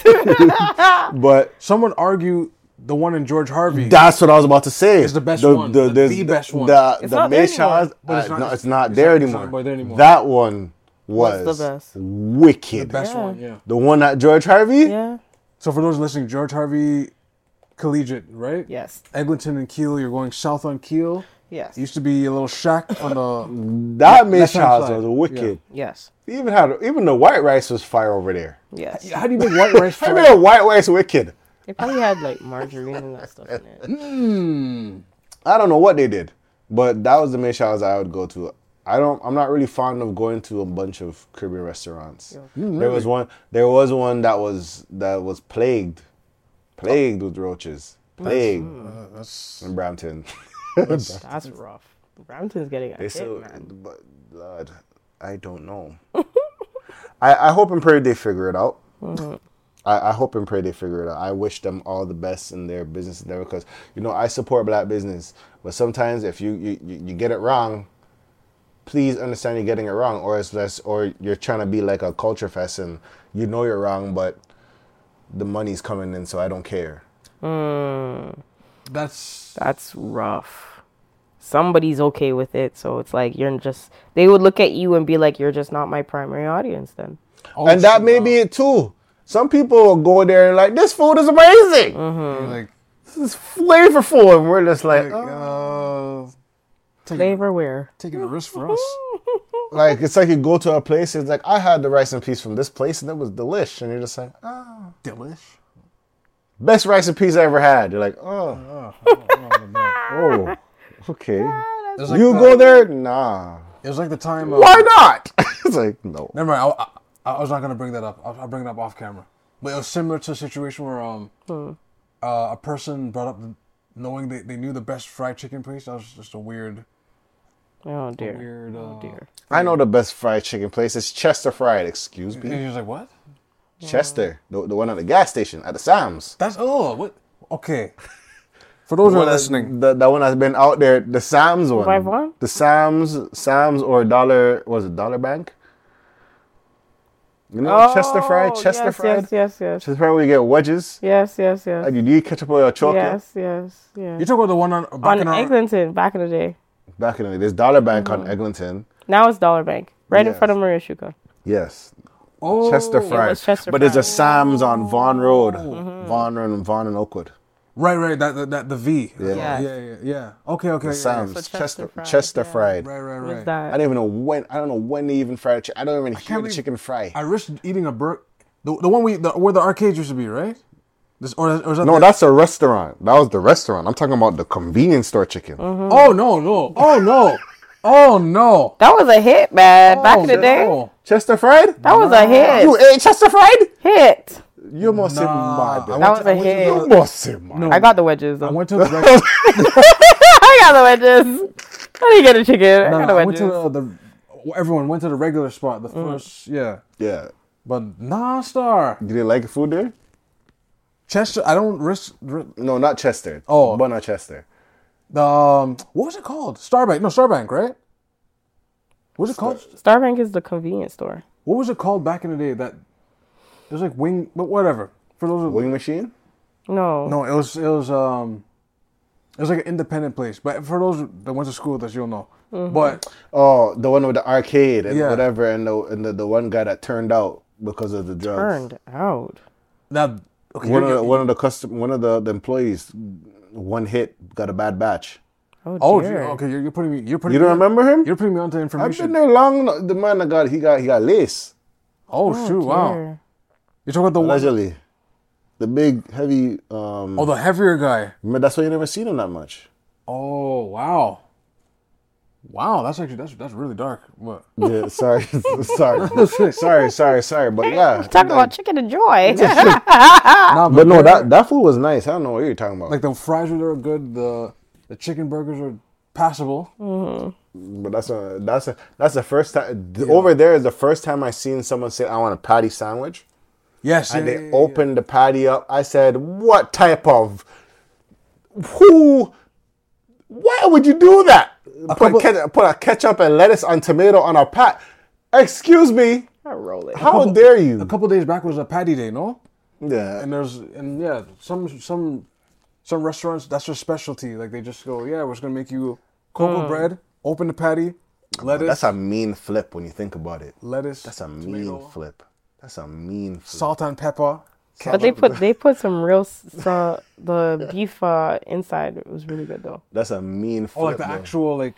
But
someone argue the one in George Harvey.
that's what I was about to say. It's
the best one. The-
there's-
the best one.
The,
It's
the
not there
Mesha's-
anymore.
But it's
uh,
not-
no, it's
it's-
not
it's
there,
not- it's
anymore.
not there anymore.
That one was
What's the best?
wicked. The,
Best
Yeah.
one, yeah.
one at George Harvey?
yeah.
So for those listening, George Harvey Collegiate, right?
Yes.
Eglinton and Keel, you're going south on Keel.
Yes.
It used to be a little shack on the
That Miss
left-hand
Shaw's
side.
was wicked.
yes.
They Even had even the white rice was fire over there.
Yes.
How do you make white rice
I
fried?
made a white rice wicked.
They probably had like margarine and that stuff in it.
I don't know what they did, but that was the main shows I would go to. I don't. I'm not really fond of going to a bunch of Caribbean restaurants. There was one. There was one that was that was plagued, plagued with roaches, plagued
Uh, that's-
in Brampton.
That's rough. Brampton's getting a
They
hit,
still,
man.
but Lord, I don't know. I, I hope and pray they figure it out. I, I hope and pray they figure it out. I wish them all the best in their business endeavor because you know I support black business, but sometimes if you you, you you get it wrong, please understand you're getting it wrong, or it's less, or you're trying to be like a culture fest and you know you're wrong, but the money's coming in, so I don't care.
that's
That's rough. Somebody's okay with it, so it's like you're just. They would look at you and be like, "You're just not my primary audience." Then
Oh,
and that may be it too. Some people will go there and like this food is amazing.
like,
It's flavorful, and we're just like,
like,
oh.
uh, taking,
flavor where
taking a risk for us.
like it's like you go to a place. It's like I had the rice and peas from this place, and it was delish. And you're just like, oh,
Delish.
best rice and peas I ever had. You're like, oh, oh, okay.
There's
you
the-
go there, nah.
It was like the time. Uh,
Why not? it's like no.
Never mind. I, I, I was not gonna bring that up. I'll, I'll bring it up off camera. But it was similar to a situation where um,
Hmm.
uh, a person brought up the, knowing they, they knew the best fried chicken place. That was just a weird,
Oh dear.
weird. Uh,
Oh dear.
I know the best fried chicken place is Chester Fried. Excuse
And
me,
he was like, "What?
Mm-hmm. Chester, the, the one at the gas station at the Sam's.
That's oh what? Okay." For those who are
Well,
listening,
The, that one that's been out there, the Sam's one.
By one?
The Sam's, Sam's or Dollar, was it Dollar Bank? You know, Chester Fried, Chester
Oh, yes,
Fried.
Yes, yes, yes,
Chester Fried where you get wedges.
yes, yes, yes,
And you need ketchup or your chocolate.
yes, yes, yes.
you talk about the one on back
On
in our-
Eglinton back in the day.
Back in the day, there's Dollar Bank on
Mm.
Eglinton.
Now it's Dollar Bank, right in
Yes.
front of Maria Shuka.
Yes.
Oh,
Chester Fried.
Chester
but there's a
Fried. Mm-hmm.
Sam's on Vaughan Road. Vaughan Road and Vaughan and Oakwood.
Right, right. That, that, that the V. Yeah, yeah,
Yes.
yeah. yeah. Okay, okay. Yeah,
Sam's.
So Chester
Chester,
Fried,
Chester
yeah.
Fried.
Yeah. Right, right,
What
right.
is that?
I don't even know when, I don't know when they even fried chicken. I don't even hear
can't
the
believe-
chicken fry.
I risked eating a burger. The, the one we the, where the arcades used to be, right? This or, or is that
No,
the-
that's a restaurant. That was the restaurant. I'm talking about the convenience store chicken.
Oh no, no. Oh no. Oh no.
That was a hit, man. back in the
Oh,
day,
no.
Chester Fried?
that was a hit.
You ate Chester Fried?
hit.
You must say
Nah, I
mad.
That
went
was
to-
a
I went to
hit.
You must say mad.
No,
I got the wedges.
I
though.
went to the rec-
I got the wedges. I didn't get a chicken. I Mm.
no,
got
no,
the
I went
wedges.
to the, the- everyone went to the regular spot. The first, yeah.
Yeah.
But nah, star.
Did they like the food there?
Chester. I don't risk. ri-
No, not Chester.
Oh.
But not Chester.
The um, what was it called? Starbank. No, Starbank. Right. What was it called?
Starbank is the convenience store.
What was it called back in the day? That It was like wing, but whatever. For those of
Wing machine?
No.
no, it was it was um, it was like an independent place. But for those that went to school with us, you'll know.
Mm-hmm.
But
Oh, the one with the arcade and
Yeah.
whatever, and the and the, the one guy that turned out because of the drugs.
Burned out.
that okay,
One of
you're-
the, one of the custom one of the, the employees, one hit got a bad batch.
Oh,
oh,
dear.
you're- okay, you're, you're putting me. You're putting.
You
me,
don't remember him?
You're putting me onto
I've been
information.
there long. enough. The man that got he got he got lace
Oh, shoot! Wow.
Dear.
You're talking about the one,
allegedly. The big heavy. Um,
oh the heavier guy.
remember, that's why you never seen him that much.
Oh wow. Wow, that's actually that's that's really dark. What?
Yeah, sorry, sorry, sorry, sorry, sorry. But yeah,
Talking about chicken and joy.
Nah,
Ah. But no, that that food was nice. I don't know what you're talking about.
like the fries were there good. The the chicken burgers were passable.
But that's a that's a that's the first time th over there is the first time I seen someone say I want a patty sandwich,
Yes,
and
yeah,
they
yeah, yeah.
opened the patty up. I said, "What type of who? Why would you do that? Put
couple-
ketchup, put a ketchup and lettuce on tomato on a pat? Excuse me,
I roll it.
how dare you?
A couple days back was a patty day, no?
Yeah,
And there's and yeah, some some some restaurants that's their specialty. Like they just go, yeah, we're just gonna make you cocoa bread, open the patty, lettuce,
that's a mean flip when you think about it.
lettuce,
That's a mean
tomato,
flip. That's a mean flip.
salt and pepper.
But they put they put some real s- uh, the beef uh, inside. It was really good though.
That's a mean flip.
Oh, like the
bro.
actual like.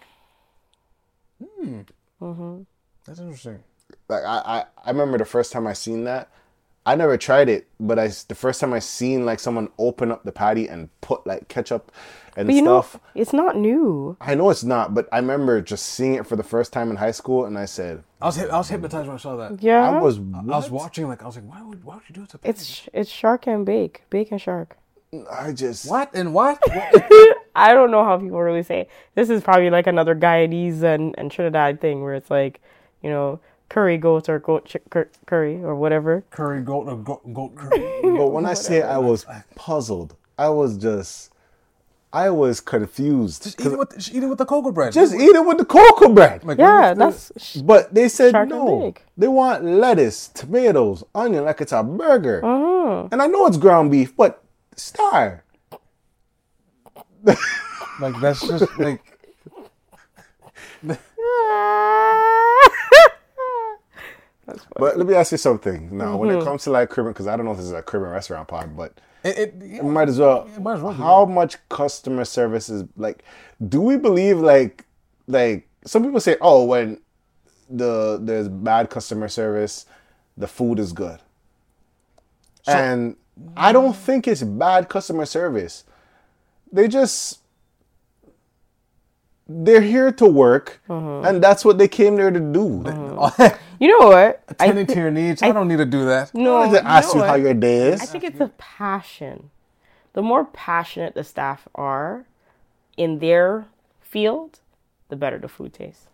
Hmm.
Mm-hmm.
That's interesting.
like I, I I remember the first time I seen that. I never tried it, but I s- the first time I seen like someone open up the patty and put like ketchup and
But you
stuff.
know, it's not new.
I know it's not, but I remember just seeing it for the first time in high school, and I said,
I was hy- I was hypnotized when I saw that.
Yeah,
I was
I was watching like I was like, why would why would you do it to
It's sh- it's shark and bake, bake and shark.
I just
what and what?
I don't know how people really say it. this is probably like another Guyanese and, and Trinidad thing where it's like, you know, curry goat or goat chi- cur- curry or whatever.
curry goat or goat, goat curry.
But when I say I was puzzled, I was just I was confused.
just eat it with just eat it with the cocoa bread.
Just eat it with the cocoa bread.
Like, what
Yeah,
is this?
that's sh-
But they said
Shark and
no.
egg.
They want lettuce, tomatoes, onion, like it's a burger.
Mm-hmm.
And I know it's ground beef, but star.
like that's just like
But let me ask you something. Now, when
Mm-hmm.
it comes to like Caribbean, because I don't know if this is a Caribbean restaurant pod, but
it. it yeah.
it might as well.
might as well be,
How much customer service is like? Do we believe like like some people say? Oh, when the there's bad customer service, the food is good. and I don't think it's bad customer service. They just they're here to work, and that's what they came there to do.
Mm-hmm.
you know what? Oh. I
Tending to your needs. I, don't need to do that.
I
no,
wanted to ask
know
you how
what?
your day
I
is.
think it's the passion. The more passionate the staff are in their field, the better the food tastes.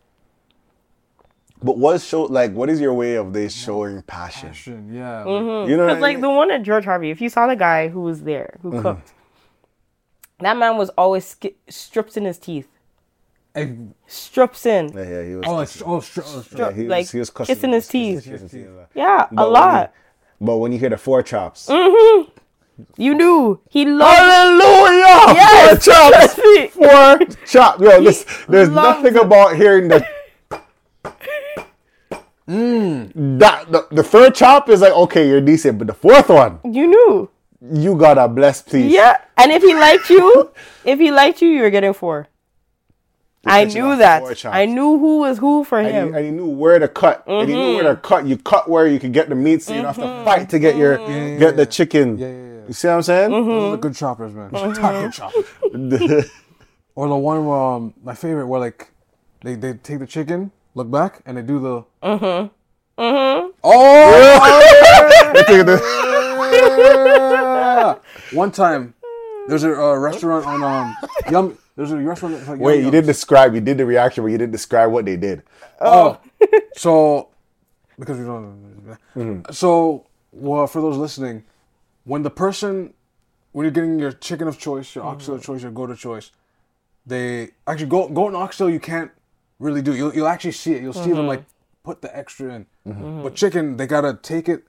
But what is show like? What is your way of they showing passion?
Shit, Yeah.
Mm-hmm.
You know, what
Because
I
like
mean? Uh-huh.
the one at George Harvey, if you saw the guy who was there who cooked, that man was always sk- strips in his teeth,
Hey,
strips in,
yeah, yeah, he was.
oh, it's, oh, str- oh, str-
yeah, he was,
like,
he was cussing.
kissing his teeth.
He was kissing his teeth.
yeah,
But
a
when
lot.
you- but when you hear the four chops,
You knew he loved.
Oh, hallelujah,
Yes!
four chops,
it.
four chop. Yo, this, there's
loves
nothing about hearing the. That the, the third chop is like okay, you're decent, but the fourth one,
You knew,
you gotta bless, please.
yeah. And if he liked you, if he liked you, you were getting four. I
catching
knew
up
that.
four chops.
I knew who was who for
and,
him.
you, and you knew where to cut. And you knew where
Mm-hmm.
to cut. You cut where you could get the meat, so you don't have to fight to get your get the chicken.
yeah, yeah.
You see what I'm saying?
Mm-hmm.
Those are good choppers, man. Taco choppers. or the one where um, my favorite, where like they, they take the chicken, look back, and they do the. Mm-hmm. Mm-hmm. Oh.
I think the-
Yeah. One time, there's a uh, restaurant on um Yum. There's a restaurant. That's like Yum
Wait, you
Yums.
didn't describe. You did the reaction, but you didn't describe what they did.
Oh, so because we don't. So well, for those listening, when the person, when you're getting your chicken of choice, your oxtail of choice, your goat of choice, they actually go go and oxtail. You can't really do. You'll you'll actually see it. You'll see them like put the extra in. But chicken, they gotta take it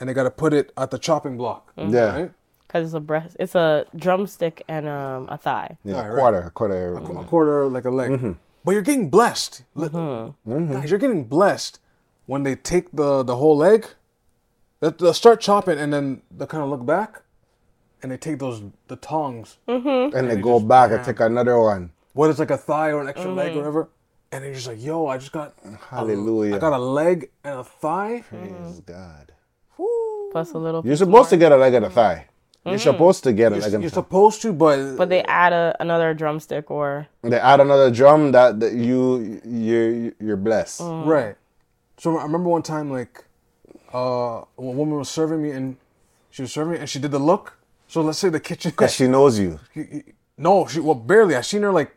and they gotta put it at the chopping block.
Yeah.
Right?
because it's a breast, it's a drumstick and um a thigh.
Yeah,
Right, right.
quarter, quarter.
A quarter, like a leg. But you're getting blessed. Li- Guys, you're getting blessed when they take the, the whole leg. They- They'll start chopping and then they'll kind of look back and they take those the tongs,
and they go back and take another one.
whether it's like a thigh or an extra leg or whatever. And they're just like, yo, I just got
Hallelujah.
I got a leg and a thigh.
Mm.
Praise God.
Plus a little.
You're supposed to get a leg and a thigh.
Mm-hmm.
You're supposed to get a leg and a
You're
thigh.
supposed to, but,
But they add a, another drumstick or
They add another drum that, that you you you're blessed.
Mm.
Right. So I remember one time, like, uh, a woman was serving me, and she was serving me, and she did the look. So let's say the kitchen.
Cause she knows you.
no, she well barely. I seen her like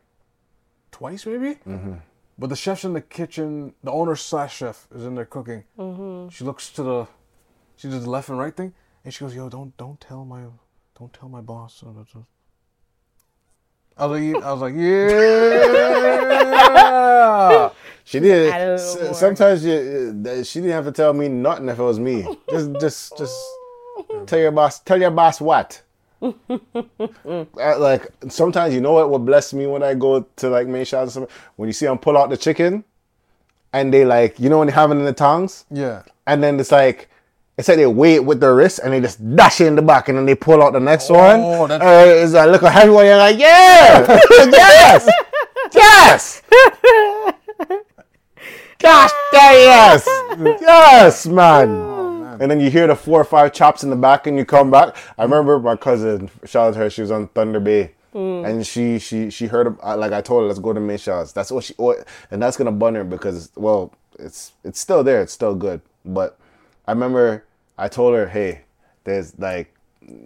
twice maybe.
Mm-hmm.
But the chef's in the kitchen. The owner slash chef is in there cooking. She looks to the, she does the left and right thing, and she goes, "Yo, don't don't tell my, don't tell my boss." I was like, I was like, yeah.
She did.
added a
s-
little more.
Sometimes you, uh, she didn't have to tell me nothing if it was me. Just just just tell your boss. Tell your boss what. Uh, like sometimes you know what would bless me when I go to like main shots or something. When you see them pull out the chicken, and they like you know when they have it in the tongs.
yeah.
and then it's like it's like they weigh it with their wrist and they just dash it in the back and then they pull out the next one.
Oh, that's-
Uh, it's like look heavy one. You're like, yeah, yes, yes, gosh, dang, yes, yes, man. And then you hear the four or five chops in the back, and you come back. I remember my cousin, shout out to her, she was on Thunder Bay, and she she she heard ab- I- like I told her, let's go to Misha's. That's what she, what- and that's gonna bun her because well, it's it's still there, it's still good. But I remember I told her, hey, there's like,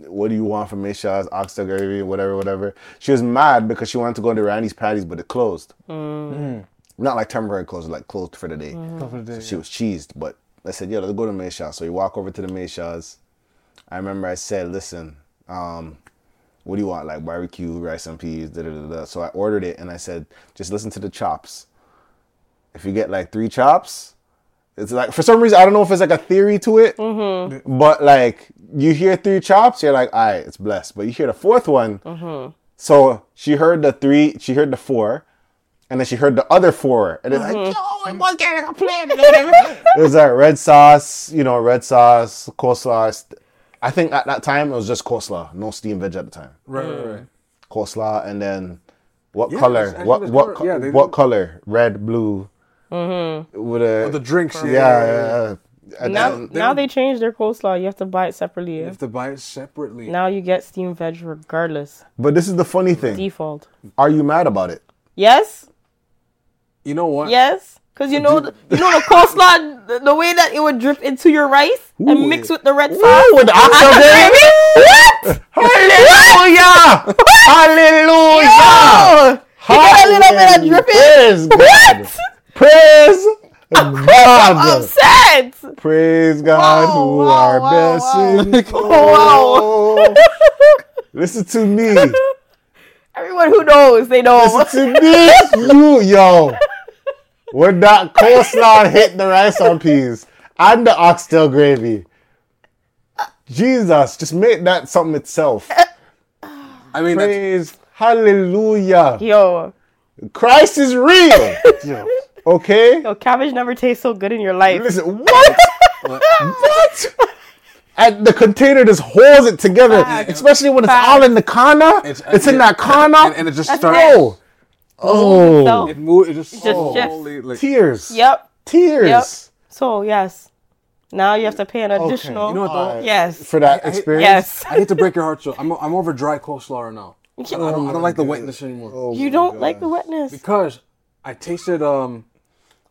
what do you want from Misha's oxtail gravy, whatever, whatever. She was mad because she wanted to go to Randy's Patties, but it closed. Not like temporary closed, like closed for the day. So she was cheesed, but I said, yo, let's go to Misha's. So you walk over to the Misha's. I remember I said, listen, um, what do you want? Like barbecue, rice and peas, da da da da. So I ordered it and I said, just listen to the chops. If you get like three chops, it's like for some reason I don't know if it's like a theory to it, but like you hear three chops, you're like, all right, it's blessed. But you hear the fourth one, so she heard the three, she heard the four, and then she heard the other four, and it's like, yo, it was getting a plan. it was like red sauce, you know, red sauce, coleslaw. st- I think at that time it was just coleslaw, no steamed veg at the time.
Right, right,
Mm.
right.
Coleslaw, and then what
Yeah,
color?
it's- I think
What
it's
what
color-
co-
yeah, they-
what color? Red, blue. With a
But the drinks, yeah.
yeah, yeah, yeah. And
now.
then-
now they change their coleslaw. You have to buy it separately.
You have to buy it separately.
Now you get steamed veg regardless
but this is the funny thing.
default.
Are you mad about it?
Yes,
You know what?
yes, because you know the, you know the coleslaw the, the way that it would drip into your rice
Ooh.
and mix with the red sauce.
Ooh, with the oxtail
Oxtail
gravy?
gravy? What?
Hallelujah! Hallelujah!
Oh, you get a little bit of dripping.
Praise God.
What?
Praise
I'm
God.
upset.
Praise God
Wow,
who
wow,
are
wow,
blessing.
wow.
Oh, Listen to me.
Everyone who knows, they know.
Listen to this, you yo. When that coleslaw hit the rice on peas and the oxtail gravy. Jesus, just make that something itself.
I mean, that's,
Praise Hallelujah.
Yo,
Christ is real. Okay?
yo, cabbage never tastes so good in your life.
Listen, what? what? And the container just holds it together,
Facts.
especially when it's all in the corner. Ah, It's, uh,
It's-
in that corner.
and, and it just starts.
oh, oh,
So,
It moved. It just. oh,
just-
holy, like, you
tears.
yep.
Tears.
Yep. So yes, now you have to pay an additional.
know what though?
Alright.
yes.
For that
I- I-
experience.
yes.
I hate to break your heart, so I'm I'm over dry coleslaw now. I don't, I don't- I don't like the wetness anymore
Oh.
you don't like the wetness.
because I tasted um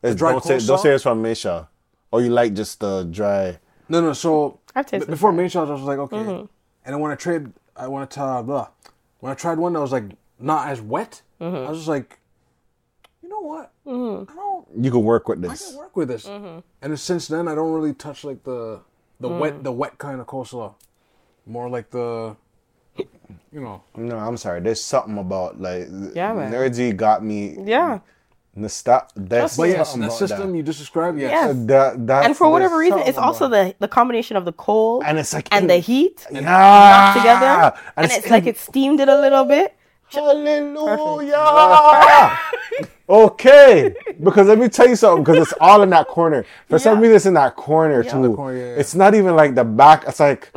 It's
dry
don't, say,
coleslaw?
don't say it's from Misha. Or you like just the dry.
no no so
I've tasted
b- before main shots I was like okay, and then when I tried I want to try blah when I tried one that was like not as wet I was just like you know what I don't
You can work with
I can
this.
work with this. And since then, I don't really touch like the the wet the wet kind of coleslaw. More like the, you know,
No, I'm sorry. There's something about like
Yeah, man.
nerdy got me.
Yeah.
Nostal- that's
But yes,
something
that
about
system you just described, yes.
Yes.
That, that,
and for whatever
there's
reason, it's
something
also
about-
the the combination of the cold
And it's like
and
in-
the heat
yeah,
together, and, it's, like
in-
it steamed it a little bit.
Hallelujah. okay, because let me tell you something. Because it's all in that corner. For some
Yeah.
reason, it's in that corner too.
corner, yeah, yeah.
It's not even like the back. It's like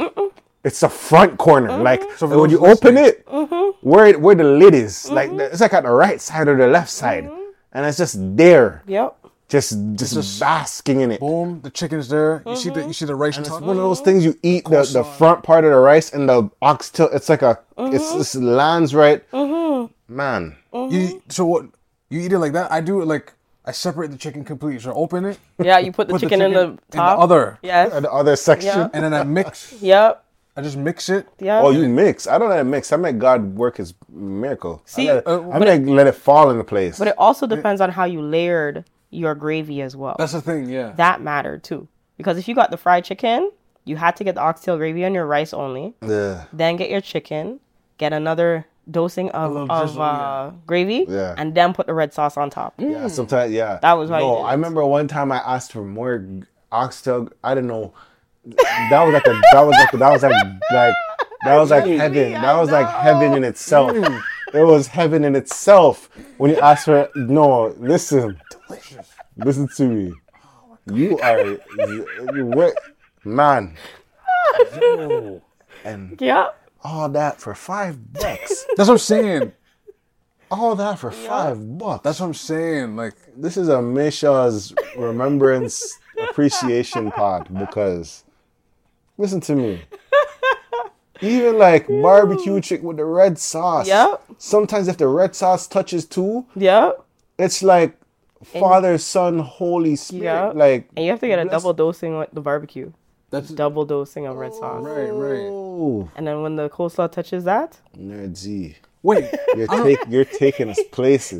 it's the front corner.
Mm-hmm.
Like
So for
when
those
you open
listening-
it, where it, where the lid is, like
Mm-hmm.
it's like at the right side or the left side, and it's just there,
Yep.
just just basking in it.
Boom, the chicken's there. You see the you see the rice
It's
tuck.
one of those things you eat the, the front part of the rice and the oxtail. It's like a it's
Uh-huh.
this lands right. Man,
You, so what? You eat it like that? I do it like I separate the chicken completely. So I open it,
Yeah, you put the
put
chicken in the
in the
top.
other,
at
Yes.
the other section.
Yeah.
and then I mix.
Yep.
I just mix it.
Yep.
Oh, you mix. I don't let it mix. I make God work His miracle.
See,
I let it,
uh,
I make let it fall into place.
but it also depends on how you layered your gravy as well.
That's the thing, yeah.
that mattered too, because if you got the fried chicken, you had to get the oxtail gravy on your rice only.
yeah.
then get your chicken, get another dosing of,
little
of
drizzle,
uh, gravy,
Yeah.
and then put the red sauce on top.
Yeah, sometimes yeah.
Hmm. That was why you
No,
did
I
it.
remember one time I asked for more g- oxtail. I don't know. That was like a that was like that was like like that was like heaven. That was like heaven in itself.
Hmm.
It was heaven in itself when you asked for no. Listen,
Delicious.
listen to me. You are you- what man
Yo.
and
Yeah.
all that for five bucks.
That's what I'm saying.
All that for five bucks.
That's what I'm saying. Like
this is a Misha's remembrance appreciation pod because listen to me. Even like barbecue chick with the red sauce.
Yep.
Sometimes if the red sauce touches too,
Yep.
it's like Father, Son, Holy Spirit.
Yep.
Like
And you have to get a
Bless-
double dosing with the barbecue,
that's
double dosing of red sauce.
right, right.
oh,
And then when the coleslaw touches that,
nerdy.
Wait,
You're, take, you're taking us places.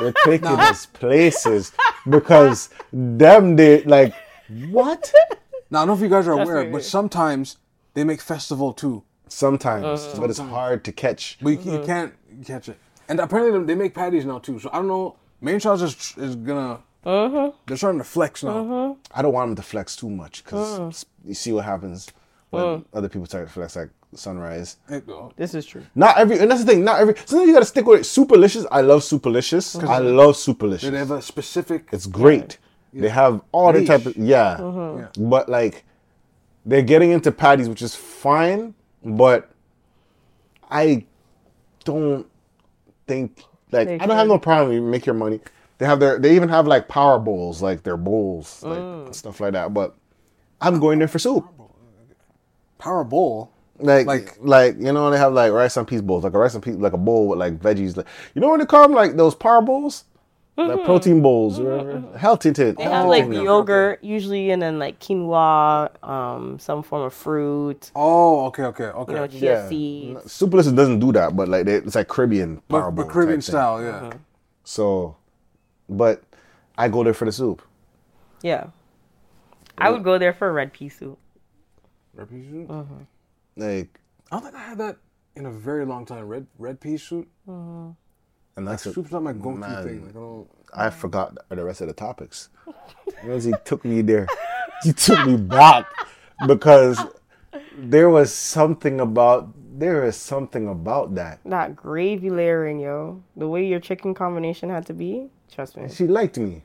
You're taking us places because them they like what?
now I don't know if you guys are aware,
right.
but sometimes they make festival too,
Sometimes, but it's hard to catch.
but you, you can't catch it. And apparently they they make patties now too. So I don't know. Main Shaw's is is gonna. They're starting to flex now.
I don't want him to flex too much because you see what happens when other people start to flex, like Sunrise.
It- oh,
this is true.
Not every, and that's the thing. Not every. Sometimes you gotta stick with it. Superlicious. I love Superlicious. I love Superlicious.
They have a specific.
it's great. They have all the
Niche.
type of yeah. But like, they're getting into patties, which is fine. But I don't think like
They
I don't have no problem. You make your money. They have their. They even have like power bowls, like their bowls, like stuff like that. But I'm going there for soup.
Power Bowl.
Like, like,
Like-
like, you know, they have like rice and peas bowls, like a rice and peas, like a bowl with like veggies. Like, you know what they call them? Like those power bowls, like protein bowls, or whatever. healthy tip.
They have like yogurt usually, and then like quinoa, um, some form of fruit,
Oh, okay, okay, okay.
you know, chia
yeah. Mm.
seeds.
Superlicious doesn't do that, but like they, it's like Caribbean power
but,
bowl,
but Caribbean
type thing.
style, yeah.
Uh-huh.
So, but I go there for the soup.
Yeah. I would go there for red pea soup.
Represent-
Uh-huh.
Like,
I don't think I had that in a very long time. Red red pea soup.
and that's
Soup's not my go-to
man.
thing. Like, I don't.
I forgot the rest of the topics. Because he took me there. He took me back because there was something about there is something about that.
That gravy layering, yo. The way your chicken combination had to be, trust me.
She liked me.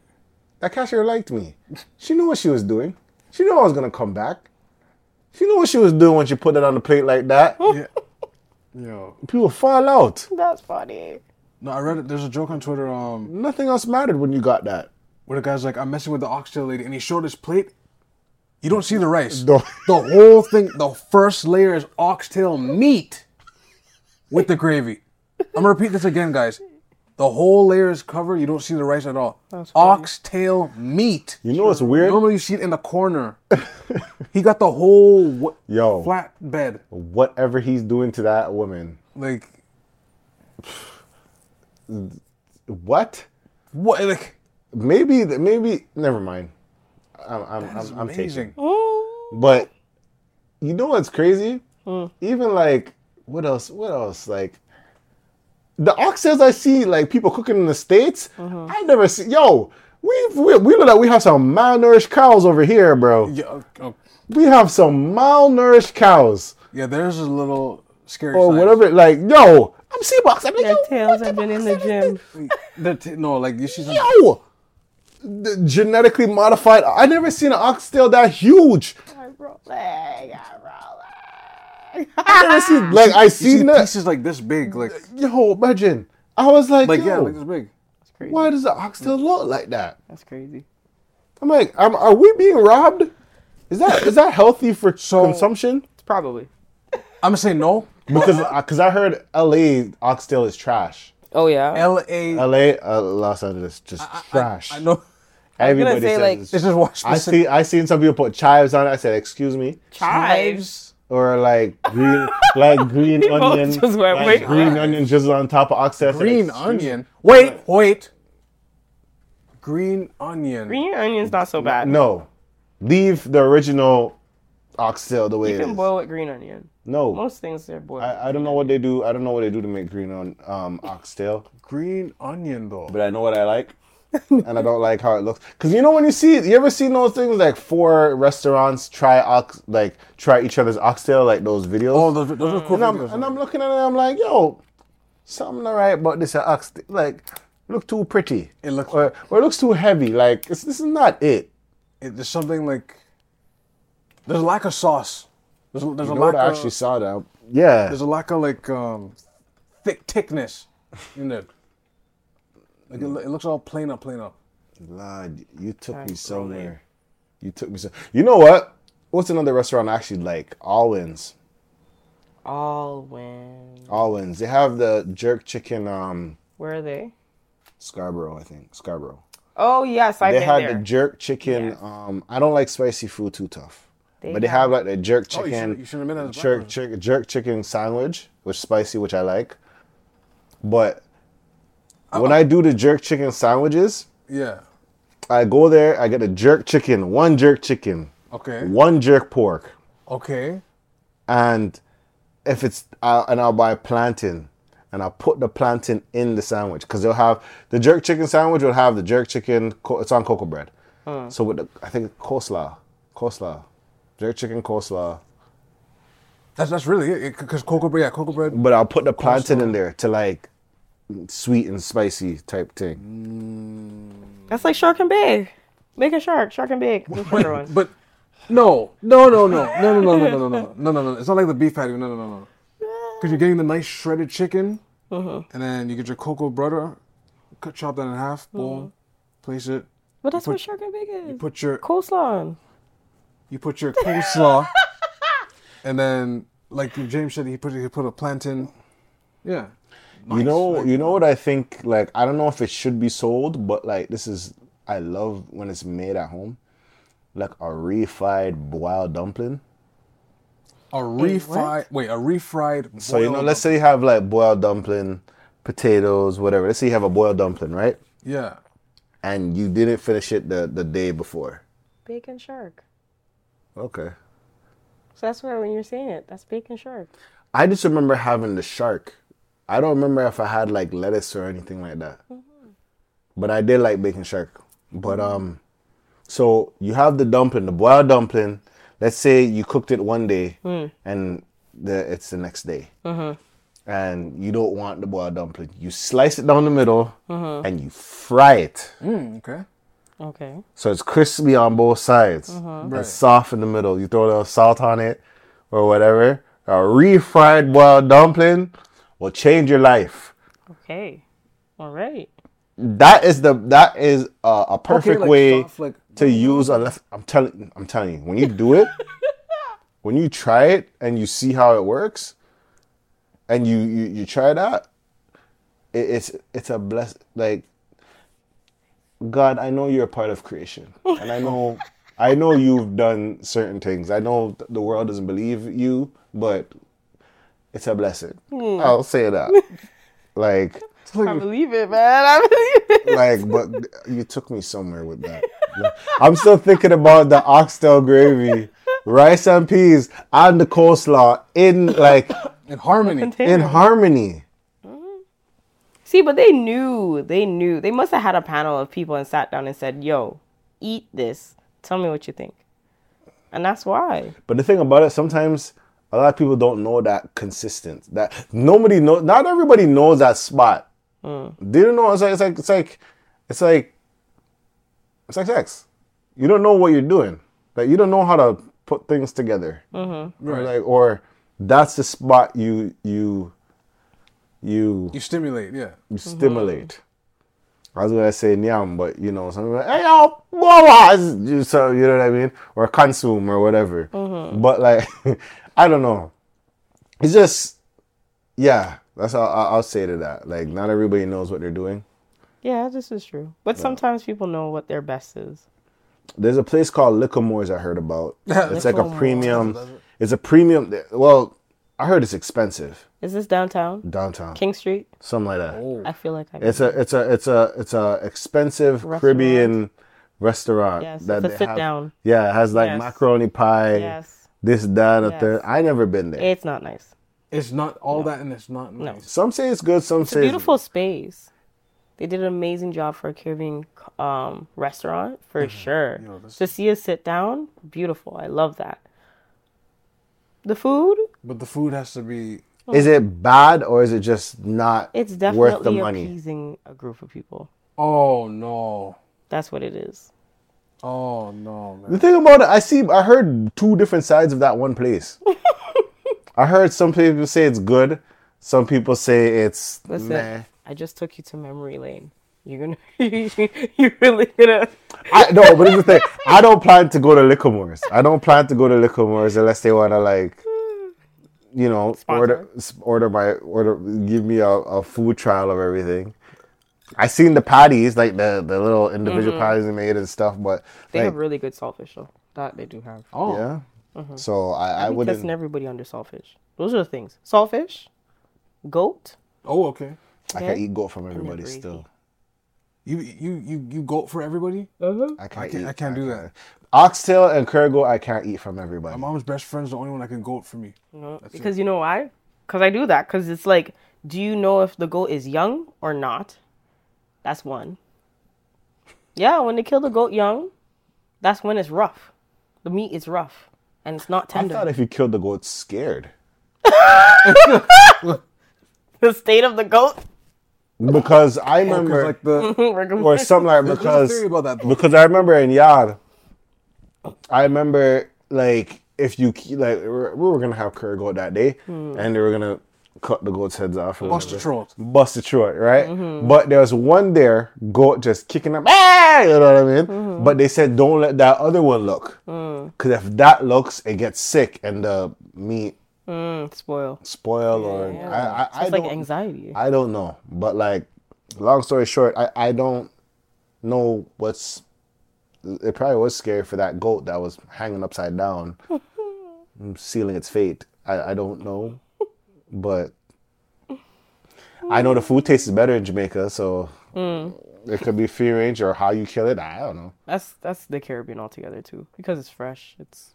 That cashier liked me. She knew what she was doing. She knew I was gonna come back. She knew what she was doing when she put it on the plate like that.
Yo,
People fall out.
That's funny.
no, I read it. There's a joke on Twitter. Um,
Nothing else mattered when you got that.
where the guy's like, "I'm messing with the oxtail lady," and he showed his plate. You don't see the rice.
No.
The whole thing. The first layer is oxtail meat with the gravy. I'm gonna repeat this again, guys. The whole layer is covered. You don't see the rice at all. Oxtail meat.
You know what's weird?
Normally you see it in the corner. he got the whole w-
Yo.
flat bed.
Whatever he's doing to that woman.
Like
What?
what? Like
Maybe maybe never mind. I'm I'm
that's
I'm, I'm taking.
amazing.
But
Hmm.
you know what's crazy? Even like what else? What else? Like the oxtails I see like people cooking in the states,
Mm-hmm.
I never see. Yo, we we we look like we have some malnourished cows over here, bro.
Yeah, oh, oh,
We have some malnourished cows
yeah. There's a little scary.
or
signs.
Oh, whatever. Like yo, I'm sea box. I'm like
Their
yo, what
tails
the
have been in the
fuck is
gym.
The t- no, like you see some.
Yo, the genetically modified. I never seen an oxtail that huge.
I'm rolling. I'm
I never seen like I
You see
seen that.
pieces like this big, like
Yo, imagine. I was like,
like
yo,
yeah, like this big.
rolling.
why does the oxtail look like that?
That's crazy.
I'm like, um, are we being robbed? Is that is that healthy for consumption?
It's probably.
I'm gonna say no.
Because because I heard L.A. oxtail is trash.
Oh yeah.
L A. I
L.A. Uh, Los Angeles just trash.
know.
Everybody
say,
says
like,
it's
It's just watch
I
this.
see. I seen some people put chives on it. I said, "Excuse me,"
Chives.
or like green, like green
both
onion,
just went,
like
"Wait,
green
what?"
onion drizzled on top of oxtail. I said,
Green
"Excuse
onion. Wait, wait. Green onion.
Green onion's not so bad.
me." No, leave the original oxtail the way
You
it
can
is.
boil with green onion.
no,
Most things they're boiled.
I, I don't know what they do. I don't know what they do to make green on um, oxtail,
Green onion though.
but I know what I like, and I don't like how it looks. Cause you know when you see, you ever seen those things like four restaurants try ox, like try each other's oxtail, like those videos.
Oh, those, those are cool.
and I'm,
videos.
and I'm looking at it, I'm like, yo, something all right about this oxtail. Like, look too pretty.
It looks-
or, or it looks too heavy. Like, it's, this is not it.
It- there's something like. There's a lack of sauce. There's, there's a
You know what
lack
I
of.
actually saw that. Yeah.
There's a lack of like um, thick thickness in there. Like it, lo- it looks all plain up, plain up.
Lord, you took me somewhere. You took me so. You know what? What's another restaurant I actually like? Alwyn's.
All when.
Alwyn's. They have the jerk chicken, um,
Where are they?
Scarborough, I think. Scarborough.
Oh yes, I've
They
been
had
there.
the jerk chicken.
Yes.
Um, I don't like spicy food too tough,
They
but they
have-
have like the jerk
Oh, you
chicken,
should- you should have been at the
jerk,
Blackbird.
chick- jerk chicken sandwich, which is spicy, which I like. But when I do the jerk chicken sandwiches,
Yeah.
I go there. I get a jerk chicken, one jerk chicken,
Okay.
one jerk pork,
Okay.
and if it's i and I'll buy plantain, and I'll put the plantain in the sandwich because they'll have the jerk chicken sandwich will have the jerk chicken. co- It's on cocoa bread,
Hmm.
so with the I think coleslaw, coleslaw, jerk chicken coleslaw.
That's that's really it. Because cocoa bread, yeah, cocoa bread.
But I'll put the plantain in there to like sweet and spicy type thing.
That's like shark and big. Make a shark, shark and big. The shorter one.
But no, no, no, no, no, no, no, no, no, no, no, no, no, no. It's not like the beef patty. No, no, no, no. Because you're getting the nice shredded chicken, and then you get your cocoa butter, cut chop that in half, boom, place it.
But that's what shark and big is.
Put your
Coleslaw. on.
you put your coleslaw, and then like James said, he put he put a plantain. Yeah.
You know, you know what I think. Like I don't know if it should be sold, but like this is I love when it's made at home, like a refried boiled dumpling.
A refried wait a refried.
So you know, let's say you have like boiled dumpling, potatoes, whatever. Let's say you have a boiled dumpling, right?
yeah.
And you didn't finish it the, the day before.
Bacon shark.
Okay.
So that's where when you're saying it, that's bacon shark.
I just remember having the shark. I don't remember if I had like lettuce or anything like that. But I did like bacon shark. But um so you have the dumpling, the boiled dumpling. Let's say you cooked it one day and the, it's the next day. And you don't want the boiled dumpling. You slice it down the middle and you fry it.
Mm, okay.
Okay.
So it's crispy on both sides and
Right.
soft in the middle. You throw a little salt on it or whatever. A refried boiled dumpling will change your life.
Okay. All right.
That is the that is a, a perfect
like
way
soft, like-
to use a left. I'm telling I'm telling you when you do it, when you try it and you see how it works, and you you, you try that, it, it's it's a bless like God, I know you're a part of creation, and I know, I know you've done certain things. I know th- the world doesn't believe you, but it's a blessing.
Hmm.
I'll say that. like,
I believe it, man. I believe it.
like, but you took me somewhere with that. I'm still thinking about the oxtail gravy, rice and peas, and the coleslaw in like
In harmony.
in harmony.
See, but they knew. They knew. They must have had a panel of people and sat down and said, "Yo, eat this. Tell me what you think." And that's why.
But the thing about it, sometimes a lot of people don't know that consistent. That nobody know. Not everybody knows that spot. They don't know. It's like it's like it's like it's like it's like sex. You don't know what you're doing. Like you don't know how to put things together. Mm-hmm. Or
Right.
like or that's the spot you you you
You stimulate, yeah.
you
Mm-hmm.
stimulate. I was gonna say nyam, but you know, something like hey yo, blah, blah," it's just so you know what I mean, or consume or whatever.
Mm-hmm.
But like, I don't know. It's just, yeah. That's all I- I'll say to that. Like, not everybody knows what they're doing.
Yeah, this is true. But sometimes people know what their best is.
There's a place called Liquimores I heard about. It's like a
Liquimores.
premium. It's a premium. Well, I heard it's expensive
Is this downtown?
downtown,
King Street?
something like that.
I feel like I.
It's a it's a it's a it's a expensive Caribbean restaurant.
Yes, it's a
they
sit
have.
down.
Yeah, it has like
Yes.
macaroni pie,
Yes.
this, that, and the
Yes.
third. I never been there.
It's not nice.
It's not all that and it's not nice.
some say it's good, some
It's a
say
beautiful space. They did an amazing job for a Caribbean um, restaurant for
Mm-hmm.
sure. to see us sit down, beautiful. I love that. The food,
But the food has to be
Is it bad or is it just not
it's
worth the
definitely
money?
appeasing a group of people.
Oh no.
That's what it is.
Oh no, man.
The thing about it, I see, I heard two different sides of that one place. I heard some people say it's good, some people say it's
Listen,
meh.
I just took you to memory lane. You're gonna, you really gonna.
I no, but it's the thing. I don't plan to go to Liquimores. I don't plan to go to Liquimores unless they want to like, you know, order s- order my order, give me a, a food trial of everything. I seen the patties, like the the little individual patties they made and stuff, but
Mm-hmm. They
like,
have really good saltfish though. That they do have.
Oh.
yeah.
Mm-hmm.
So I, I
I'm
wouldn't.
testing everybody under saltfish. Those are the things. Saltfish, goat.
Oh, okay.
I can eat goat from everybody
never eat.
still.
You you you you go for everybody?
Uh-huh.
I can't.
I can't
eat,
I can't do that.
Oxtail and curry goat, I can't eat from everybody.
My mom's best friend's the only one that can goat for me.
No, because you know why? Because I do that. Because it's like, do you know if the goat is young or not? That's one. Yeah, when they kill the goat young, that's when it's rough. The meat is rough and it's not
I
tender.
thought if you killed the goat, scared
The state of the goat.
because I remember.
Because like the
or something like because
theory about that, though.
because I remember in Yad, I remember like if you ke- like we were we were gonna have curry goat that day,
Hmm.
and they were gonna cut the goat's heads off. or
Buster
whatever.
Trolls.
Bust the Troy, right?
Mm-hmm.
But there was one there, goat just kicking up, ah, you know what I mean?
Mm-hmm.
But they said don't let that other one look,
Mm.
because if that looks, it gets sick and the meat
Mm, spoil.
spoil or I, I, I
It's like
don't-
anxiety.
I don't know, but like, long story short, I, I don't know what's. It probably was scary for that goat that was hanging upside down, sealing its fate. I, I don't know, but I know the food tastes better in Jamaica, so it could be free range or how you kill it. I don't know.
That's that's the Caribbean altogether too, because it's fresh. It's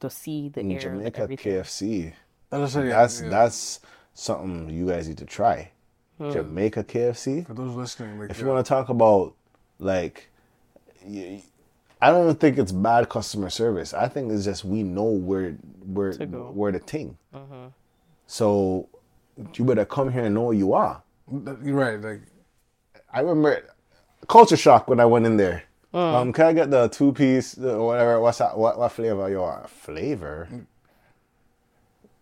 the sea, the air, the
Jamaica
everything.
KFC.
As I said, yeah,
That's
yeah.
that's something you guys need to try. Jamaica KFC.
for those listening. Like,
if you want to talk about like y- i don't even think it's bad customer service i think it's just we know where where
go.
where the thing so you better come here and know who you are
th- you're right. Like
i remember culture shock when i went in there um can i get the two piece uh, whatever what's that what, what flavor you are flavor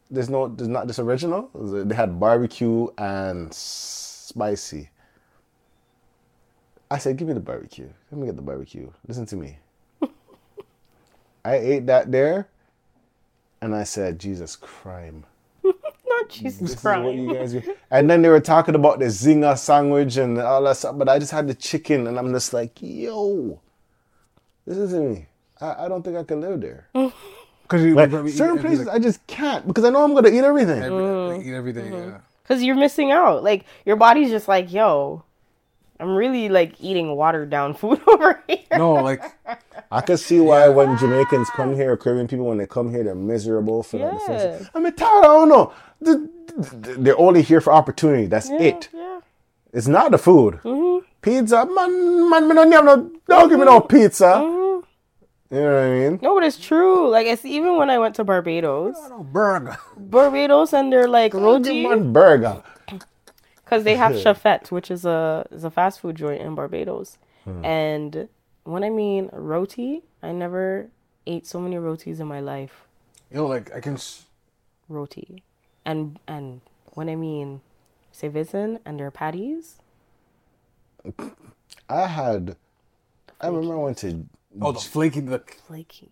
there's no there's not this original they had barbecue and s- spicy I said, give me the barbecue. Let me get the barbecue. Listen to me. I ate that there, and I said, Jesus crime.
Not Jesus
This is what you
Christ.
guys do. And then they were talking about the zinger sandwich and all that stuff, but I just had the chicken, and I'm just like, yo, this isn't me. I, I don't think I can live there.
Mm.
because you
Like,
probably eat
certain
every-
places,
like,
I just can't because I know I'm gonna eat everything.
every, like, eat every day, Yeah.
Because you're missing out. Like your body's just like, yo, I'm really like eating watered down food over here.
No, like
I could see why when Jamaicans come here, or Caribbean people, when they come here, they're miserable for like, the sense
Yeah.
of, I'm tired. I don't know. Th- th- th- They're only here for opportunity. That's it.
Yeah.
It's not the food.
Mm-hmm.
Pizza, man, man, me don't, have no, don't give me no pizza. You know what I mean?
Mm-hmm. No, but it's true. Like it's even when I went to Barbados,
No burger.
Barbados and their like
Give
roti
man burger.
because they have Chefette, which is a is a fast food joint in Barbados. And when I mean roti, I never ate so many rotis in my life.
Yo, like I can. s-
Roti, and and when I mean Sevizen and their patties,
I had, I remember I went to,
Oh, the flaky. The
flakiness,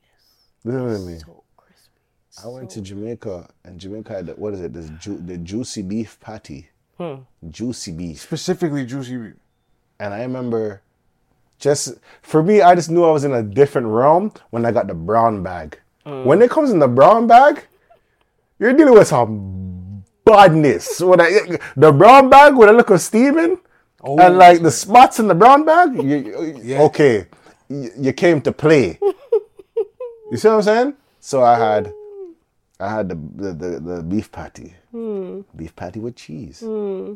listen to me.
so crispy.
I went to Jamaica and Jamaica had, the- what is it, this ju- the juicy beef patty. Juicy beef.
specifically juicy. root.
And I remember just for me, I just knew I was in a different realm when I got the brown bag. When it comes in the brown bag, you're dealing with some badness. When I the brown bag with a look of steaming and like the spots in the brown bag, you, you- okay, you, you came to play. you see what I'm saying? So I had, I had the the, the, the beef patty,
Hmm.
beef patty with cheese. Hmm.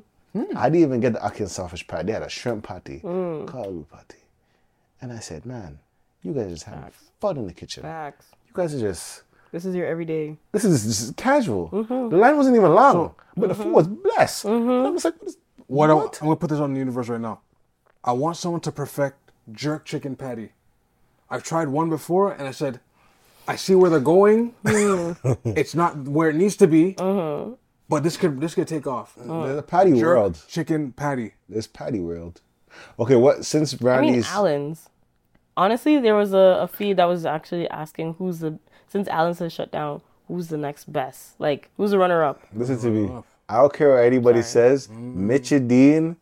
I didn't even get the Akin selfish patty. They had a shrimp patty,
Hmm.
mm. patty. And I said, man, you guys are just having fun in the kitchen.
Facts.
You guys are just,
This is your everyday.
this is just casual.
Mm-hmm.
The line wasn't even long, but the food was blessed. And I was like, what is,
What, I, am gonna put this on the universe right now. I want someone to perfect jerk chicken patty. I've tried one before, and I said, I see where they're going. it's not where it needs to be, but this could this could take off.
there's a patty
Jerk
world.
chicken patty.
There's patty world. Okay, what, since
I mean,
Brandy's,
Allen's. Honestly, there was a, a feed that was actually asking who's the since Allen's has shut down, who's the next best? Like who's the runner up? Mm.
listen to me. I don't care what anybody says, Mitchell Dean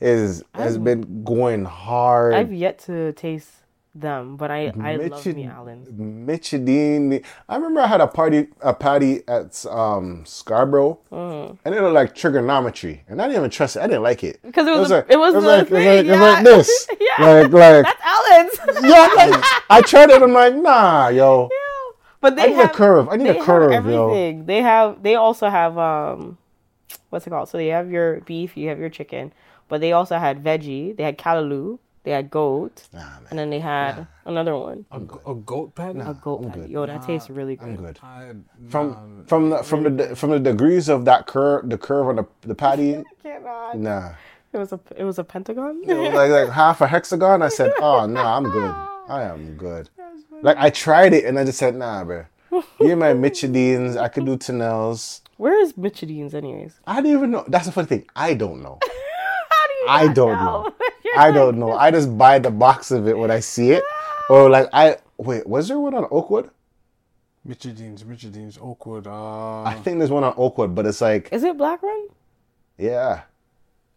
is, has been going hard.
I've yet to taste them, but I I love
Mitchell-
me Allen's.
Michidine. I remember I had a party, a party at um, Scarborough,
Uh.
and it looked like trigonometry, and I didn't even trust it. I didn't like it
Because it was a- it was the
like,
thing,
it was like
yeah.
this,
Yeah.
like like
That's Allen's.
yeah. Like, I tried it. I'm like, nah, yo.
but they
I need
have
a curve. I need
they
a curve,
have
yo.
everything. They have they also have um what's it called? So they have your beef, you have your chicken, but they also had veggie, they had callaloo, they had goat, and then they had another one.
A, go- a goat patty.
a goat patty. Yo, that tastes really good.
I'm good.
I,
Um,
From from the from the de- from the degrees of that curve, the curve on the the patty,
Cannot.
nah.
It was a it was a pentagon.
It was like like half a hexagon. I said, oh no, I'm good. I am good. Like I tried it and I just said, nah, bro. You and my Michelins, I could do Tanels.
Where is Micheline's anyways?
I don't even know. That's the funny thing. I don't know.
How do you
I
not
don't know.
You're
Oh, I
like,
don't know. I just buy the box of it when I see it. Or like I wait, was there one on Oakwood?
Mitchell Dean's, Mitchell Dean's, Oakwood. Uh,
I think there's one on Oakwood, but it's like
Is it Black Run?
Yeah.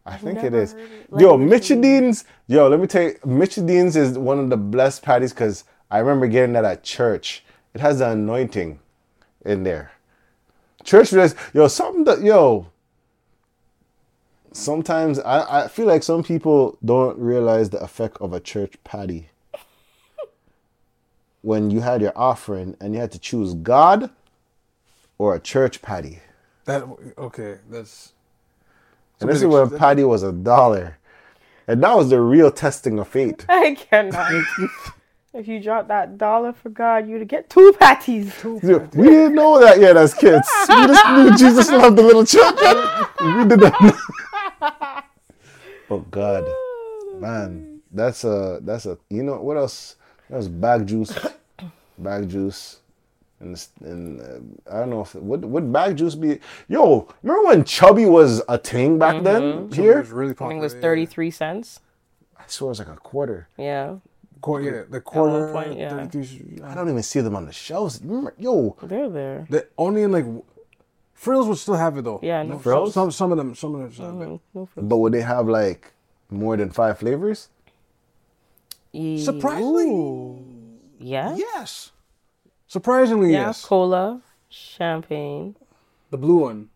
I think it
never
is.
heard it.
yo,
Like,
Micheline's. Yo, let me tell you, Micheline's is one of the blessed patties because I remember getting that at church. It has the anointing in there. Church dress. Yo, something that yo. Sometimes I, I feel like some people don't realize the effect of a church patty. when you had your offering and you had to choose God or a church patty.
that okay. That's
And this is when Paddy was a dollar. And that was the real testing of fate.
I cannot. if you drop that dollar for God, you'd get two patties.
We didn't know that yet as kids. We just knew Jesus loved the little children. We did not know. Oh God. Man, that's a that's a you know what else? That was bag juice. Bag juice. And, s- and uh, I don't know if would would bag juice be yo, remember when chubby was a thing back then
It
here?
was really
I
popular.
think it was
yeah.
thirty three cents.
I swear it was like a quarter.
Yeah,
Quar- yeah, the quarter.
point, yeah.
33
I don't even see them on the shelves. Remember, yo,
they're there.
The only in like frills would still have it though.
Yeah, no
Some-
Frills?
Some, some of them, some of them. still have it.
No, no fr-
But would they have like more than five flavors?
Ye-
Surprisingly,
E, yeah,
yes. Surprisingly,
yeah.
yes.
Cola, champagne,
The blue one.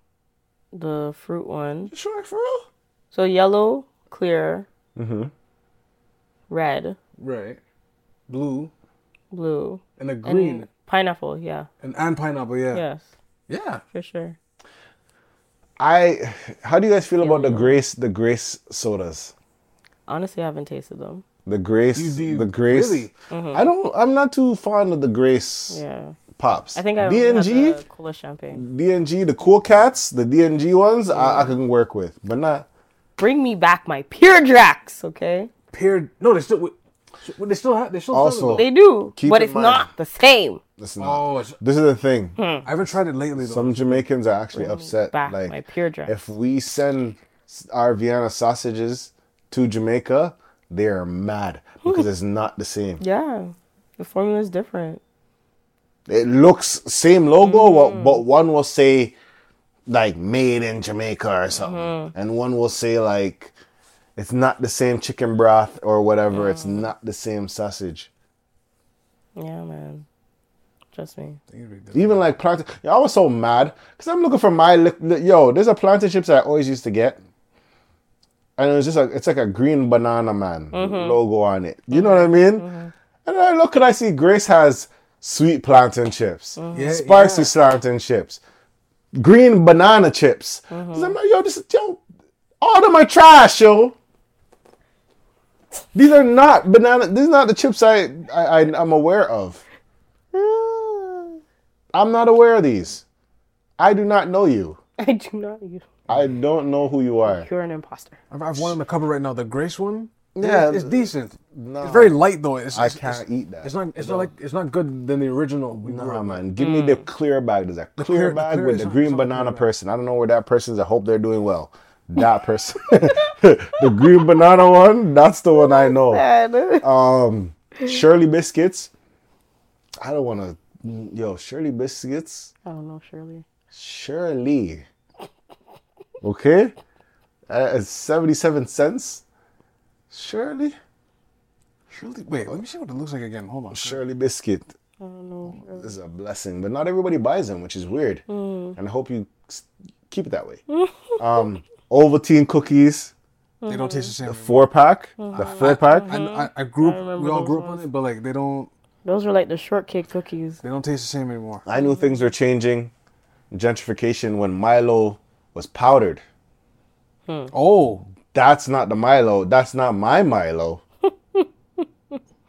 the fruit one.
Sure, for real.
So yellow, clear, red,
Right. Blue
blue,
and a
and
green
pineapple. Yeah,
and, and pineapple. Yeah.
yes,
Yeah.
for sure.
I how do you guys feel about the grace the grace sodas?
Honestly, I haven't tasted them.
The grace
You do-
the grace.
really?
I don't I'm not too fond of the grace
Mm-hmm. Yeah.
pops.
I think I only
DNG
had the coolest champagne.
DNG the cool cats, the DNG ones I, I can work with, but not
Bring me back my pure Drax, okay?
Paired. No, they still. Wait, so- they still have. They still. sell
Also-
them.
They do,
Keep
but
in
it's
mind-
not the same.
it's not.
Oh, it's,
This is the thing.
I haven't tried it lately though.
Some Jamaicans are actually upset.
Hmm. back
like
my pure dress.
if we send s- our Vienna sausages to Jamaica, they are mad because it's not the same.
Yeah, the formula is different.
It looks same logo, but, but one will say like made in Jamaica or something, and one will say like it's not the same chicken broth or whatever. It's not the same sausage.
Yeah, man. Trust me.
Even like plantain, yeah, I was so mad because I'm looking for my li- li- yo. There's a plantain chips that I always used to get, and it was just like it's like a green banana man logo on it. You know what I mean? And I look and I see Grace has sweet plantain chips,
Yeah,
spicy
yeah.
plantain chips, green banana chips. 'Cause I'm like, yo, this yo, all of my trash, yo. These are not banana. These are not the chips I, I, I I'm aware of.
I
I'm not aware of these. I do not know you.
do not. You,
I don't know who you are.
you're an imposter.
I've, I've one in the cupboard right now. The Grace one.
Yeah,
it's, it's decent.
nah.
It's very light though. It's,
I
it's-
can't
it's-
eat that.
It's not. It's not like. It's not good than the original. we grew
Nah,
up.
man. Give me the clear bag. There's a clear,
clear- the
bag
clear-
with
it's
the
not-
green
it's not a
banana
clear bag.
person. I don't know where that person is. I hope they're doing well. That person. the green banana one, that's the one I know. Um, Shirley Biscuits. I don't want to. Yo, Shirley Biscuits.
I don't know, Shirley.
Surely. Okay? Uh, it's 77 cents. Surely?
Surely, wait. Let me see what it looks like again. Hold on.
Shirley Biscuit
I don't know. Shirley.
is a blessing, but not everybody buys them, which is weird.
Hmm.
And I hope you s- keep it that way. um, Ovaltine cookies,
They don't taste the same.
Hmm.
anymore.
four pack, the four pack.
I, I, I grew up.
Mm-hmm. remember
we all
those
grew up on it, but like they don't.
Those were like the shortcake cookies.
They don't taste the same anymore.
I knew things were changing. Gentrification when Milo was powdered.
Oh,
That's not the Milo. That's not my Milo.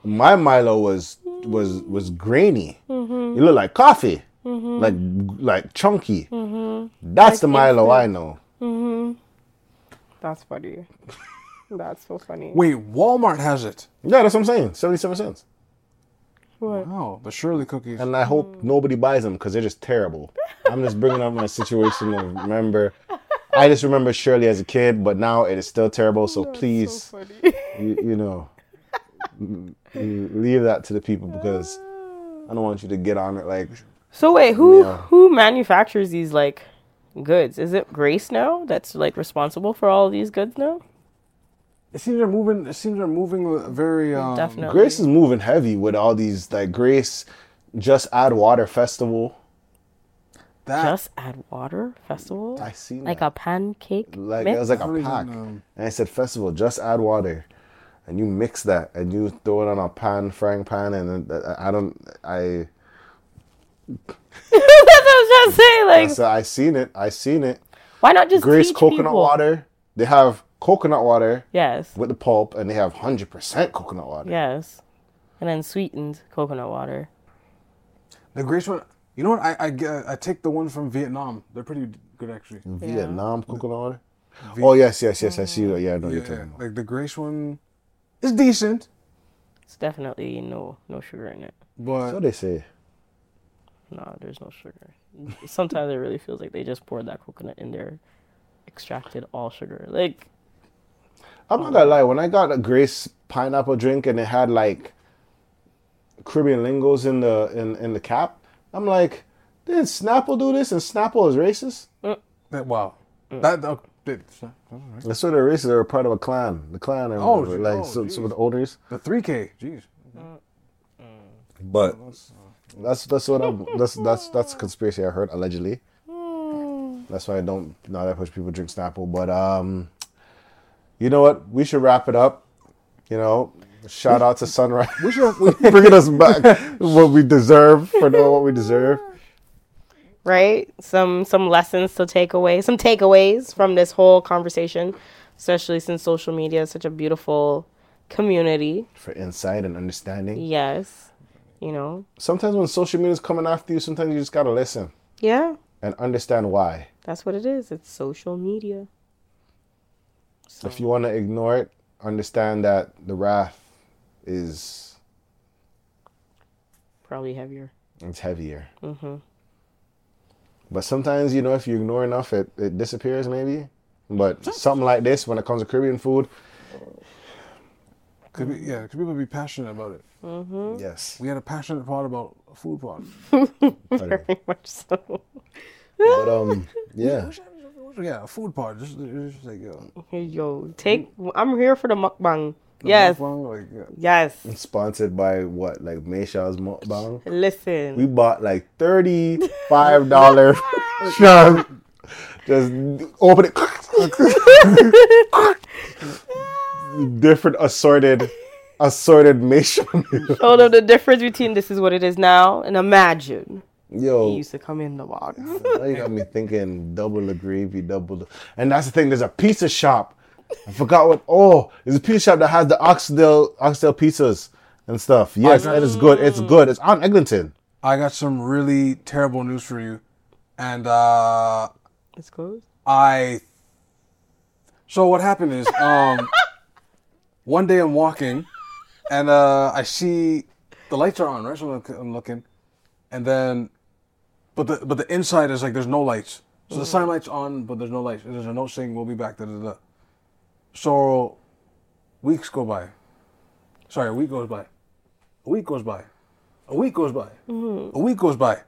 my Milo was was was grainy. It looked like coffee, like like chunky. That's the Milo I know.
That's funny. That's so funny.
wait. Walmart has it.
Yeah, that's what I'm saying. Seventy-seven cents.
What?
Oh, the Shirley cookies.
and I hope nobody buys them because they're just terrible. I'm just bringing up my situation. Of remember, I just remember Shirley as a kid, but now it is still terrible. So please,
So funny.
you, you know, mm, mm, leave that to the people because I don't want you to get on it like
So wait, who
Yeah.
who manufactures these like goods? Is it Grace now that's like responsible for all these goods now?
It seems they're moving. It seems they're moving very. Um,
Definitely.
Grace is moving heavy with all these like Grace, just add water festival.
That
Just add water festival.
I seen
like
that.
a pancake.
like
mix?
it was like
For
a
reason,
pack,
um,
and I said festival. Just add water, and you mix that, and you throw it on a pan, frying pan, and then- uh, I I don't I.
That's what I was trying to say. Like,
So I seen it. I seen it.
why not just
Grace
teach
coconut
people?
water. They have coconut water
Yes,
with the pulp, and they have hundred percent coconut water.
yes, and then sweetened coconut water.
the Grace one. You know what? I I, get- I take the one from Vietnam. They're pretty good actually.
Mm, Vietnam coconut water. oh yes, yes, yes. I see that. Yeah, I know what you're
Yeah,
talking about.
like the Grace one is decent,
It's definitely no no sugar in it.
So
but
they say.
No, there's no sugar. Sometimes it really feels like they just poured that coconut in there, extracted all sugar. Like,
I'm not gonna lie. When I got a Grace pineapple drink and it had like Caribbean lingos in the in, in the cap, I'm like, did Snapple do this? And Snapple is racist.
that, wow. That uh, that's not- that's all right.
That's what they're racist. They're a part of a clan. The clan or
Oh,
whatever,
gee-
like
oh,
some, some
geez.
of the owners.
the three K. Jeez.
But that's that's what I'm that's that's that's a conspiracy I heard allegedly. That's why I don't not that much people drink Snapple. But um, you know what? We should wrap it up. You know, shout out to Sunrise.
We should. We,
bringing us back what we deserve for knowing what we deserve.
right? Some some lessons to take away, some takeaways from this whole conversation, especially since social media is such a beautiful community.
for insight and understanding.
Yes. You know.
Sometimes when social media is coming after you, sometimes you just gotta listen
Yeah.
and understand why.
That's what it is. It's social media.
If you want to ignore it, understand that the wrath is
Probably heavier.
it's heavier. But sometimes you know if you ignore enough, it it disappears maybe. But something like this, when it comes to Caribbean food,
Could be, yeah, could people be passionate about it?
yes,
We had a passionate part about a food part.
but
Very much so.
um, yeah,
Yeah, a food part. Just, it's just like yo,
Yo, take. I'm here for the mukbang. Yes.
like, uh, yeah.
Yes.
sponsored by what like Meisha's mukbang.
Listen.
We bought like thirty five dollar chunks. Just open it. Different assorted, assorted mission.
Show them the difference between this is what it is now and imagine. It
Yo,
used to come in the box.
now you got me thinking double the gravy, double. The, and that's the thing. There's a pizza shop. I forgot what. Oh, there's a pizza shop that has the oxtail, oxtail pizzas and stuff. Yes, and it's good. It's good. It's on Eglinton.
I got some really terrible news for you, and uh,
It's closed.
I. So what happened is, um, one day I'm walking, and uh, I see the lights are on. Right, so I'm look- I'm looking, and then, but the but the inside is like there's no lights. So the sign lights on, but there's no lights. There's a note saying we'll be back. Da, da, da. So, weeks go by. Sorry, a week goes by. A week goes by. A week goes by. A week goes by.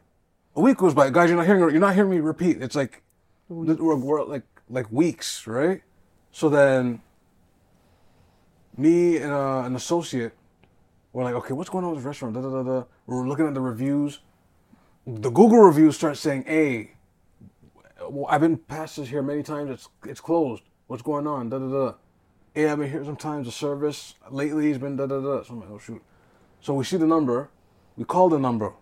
A week goes by. Guys, you're not hearing. You're not hearing me repeat. It's like we're, we're like like weeks, right? So then, me and uh, an associate, were like, okay, what's going on with this restaurant? Da, da, da, da. We're looking at the reviews. The Google reviews start saying, "Hey, well, I've been past this here many times. It's it's closed. What's going on? Da da da. Yeah, I've been here sometimes. The service lately has been da da da. So I'm like, oh shoot. So we see the number. We call the number.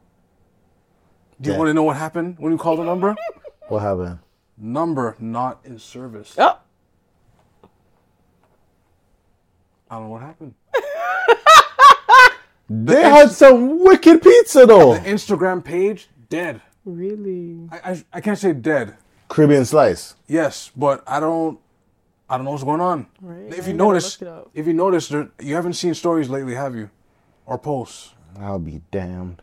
Do you
Yeah.
want to know what happened when you call the number?
What happened?
number not in service.
Oh,
I don't know what happened.
They had some wicked pizza though.
Instagram page dead.
really?
I, I I can't say dead.
Caribbean slice.
Yes, but I don't. I don't know what's going on.
Right.
If
I
you
gotta
notice,
look it up.
if you notice, there, you haven't seen stories lately, have you? Or posts.
I'll be damned.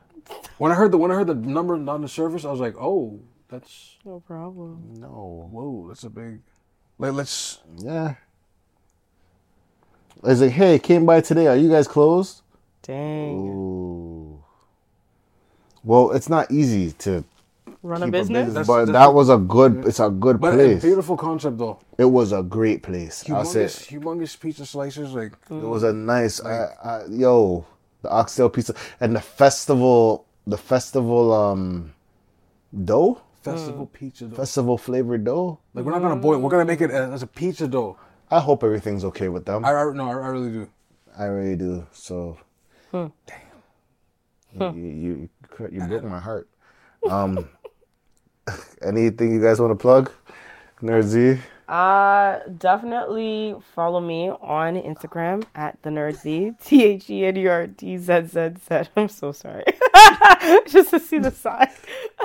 When I heard the when I heard the number not in service, I was like, oh, that's
No problem.
No.
whoa, that's a big. Like, let's.
Yeah. I was like, hey, came by today. Are you guys closed?
Dang.
Ooh. Well, it's not easy to
Run
keep
a business?
That's-
but
that's
that
what-
was a good. It's a good
But a
place.
beautiful concept though.
It was a great place. I'll say
Humongous,
it.
humongous pizza slices. Like,
It
Mm-hmm.
was a nice. I, I, yo, the oxtail pizza and the festival. The festival um, dough.
festival pizza dough.
Festival flavored dough.
like, we're not gonna boil. it, We're gonna make it as a pizza dough.
I hope everything's okay with them.
I,
I,
I no, I, I really do.
really do. So, damn. You, you you you broke my heart. Um, anything you guys want to plug? Nerd Z.
Uh, definitely follow me on Instagram at the nerd Z T H E N E R D Z Z Z. I'm so sorry, just to see the sign.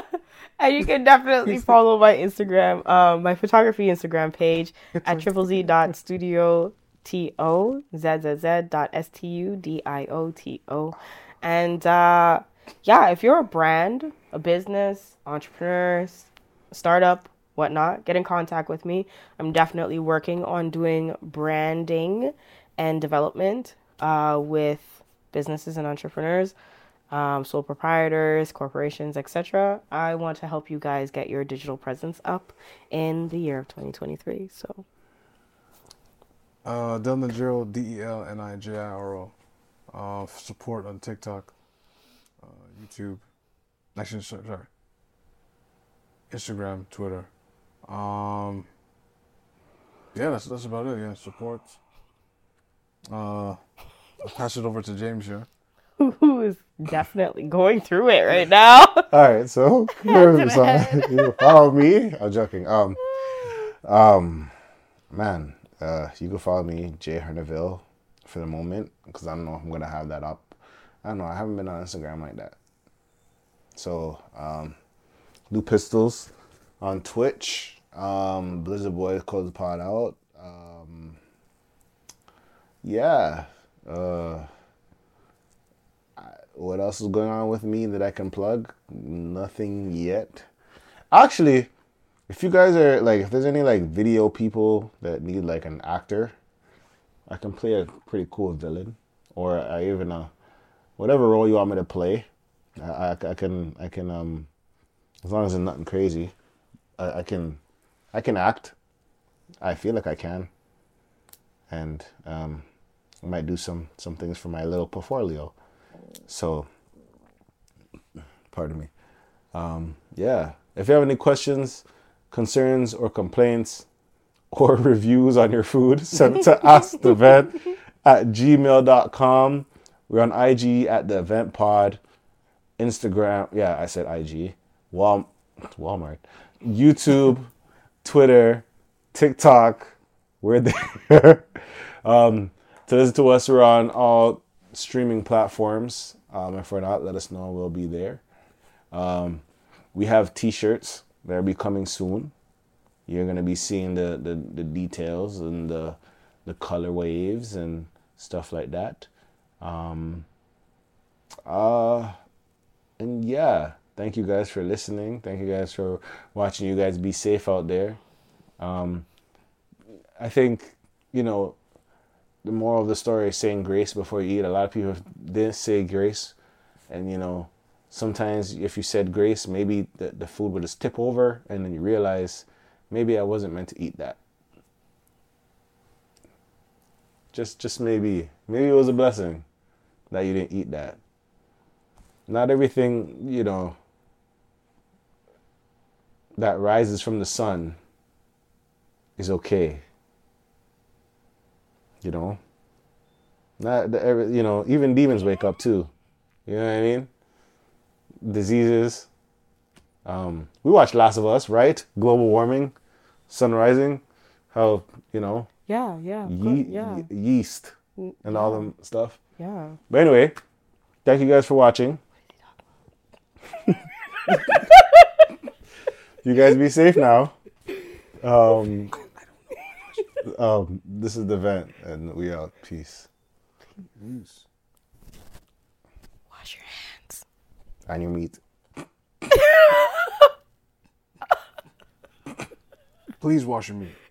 and you can definitely follow my Instagram, um, my photography Instagram page at triple Z dot studio t o E z z z dot s t u d i o t o, and uh, yeah, if you're a brand, a business, entrepreneurs, startup, whatnot, get in contact with me. I'm definitely working on doing branding and development uh, with businesses and entrepreneurs, um, sole proprietors, corporations, etc. I want to help you guys get your digital presence up in the year of 2023. So
Uh, Del Najero, D E L N I J I R O. Uh, f- support on TikTok, uh, YouTube, actually, so- sorry, Instagram, Twitter. Um, yeah, that's that's about it. Yeah, support. Uh, I'll pass it over to James here.
who is definitely going through it right now.
All right, so, so you follow me. I'm joking. Um, um, man, uh, you can follow me, Jay Hernaville, for the moment because I don't know if I'm gonna have that up. I don't know. I haven't been on Instagram like that. So, um, Lou Pistols on Twitch. Um, Blizzard Boy calls the pod out. Um, yeah. Uh, I- what else is going on with me that I can plug? Nothing yet. Actually, if you guys are like, if there's any like video people that need like an actor, I can play a pretty cool villain, or I even uh, whatever role you want me to play. I, I, I can I can um, as long as it's nothing crazy, I, I can I can act. I feel like I can, and um, I might do some some things for my little portfolio. So, pardon me. Um, yeah, if you have any questions, concerns, or complaints, or reviews on your food, send it to askthevet at gmail.com. We're on IG at the event pod, Instagram. Yeah, I said IG. Wal- Walmart, YouTube, Twitter, TikTok. We're there. um, to listen to us, we're on all streaming platforms. Um, if we're not, let us know. We'll be there. Um, We have T-shirts that'll be coming soon. You're gonna be seeing the the, the details and the the color waves and stuff like that. Um, uh, and yeah, thank you guys for listening. Thank you guys for watching. You guys be safe out there. Um, I think you know the moral of the story is saying grace before you eat. A lot of people didn't say grace, and you know, sometimes if you said grace, maybe the, the food would just tip over, and then you realize maybe I wasn't meant to eat that. Just, just maybe, maybe it was a blessing that you didn't eat that. Not everything, you know, that rises from the sun is okay you know. Not the, every- you know, even demons wake up too. You know what I mean? Diseases. Um, we watched Last of Us, right? Global warming, sun rising, how you know
yeah, yeah, of course,
ye-
yeah,
ye- yeast and all them stuff.
yeah.
But anyway, thank you guys for watching. you guys be safe now. Um, um, this is the vent, and we out. Peace.
Wash your hands.
And your meat.
Please wash your meat.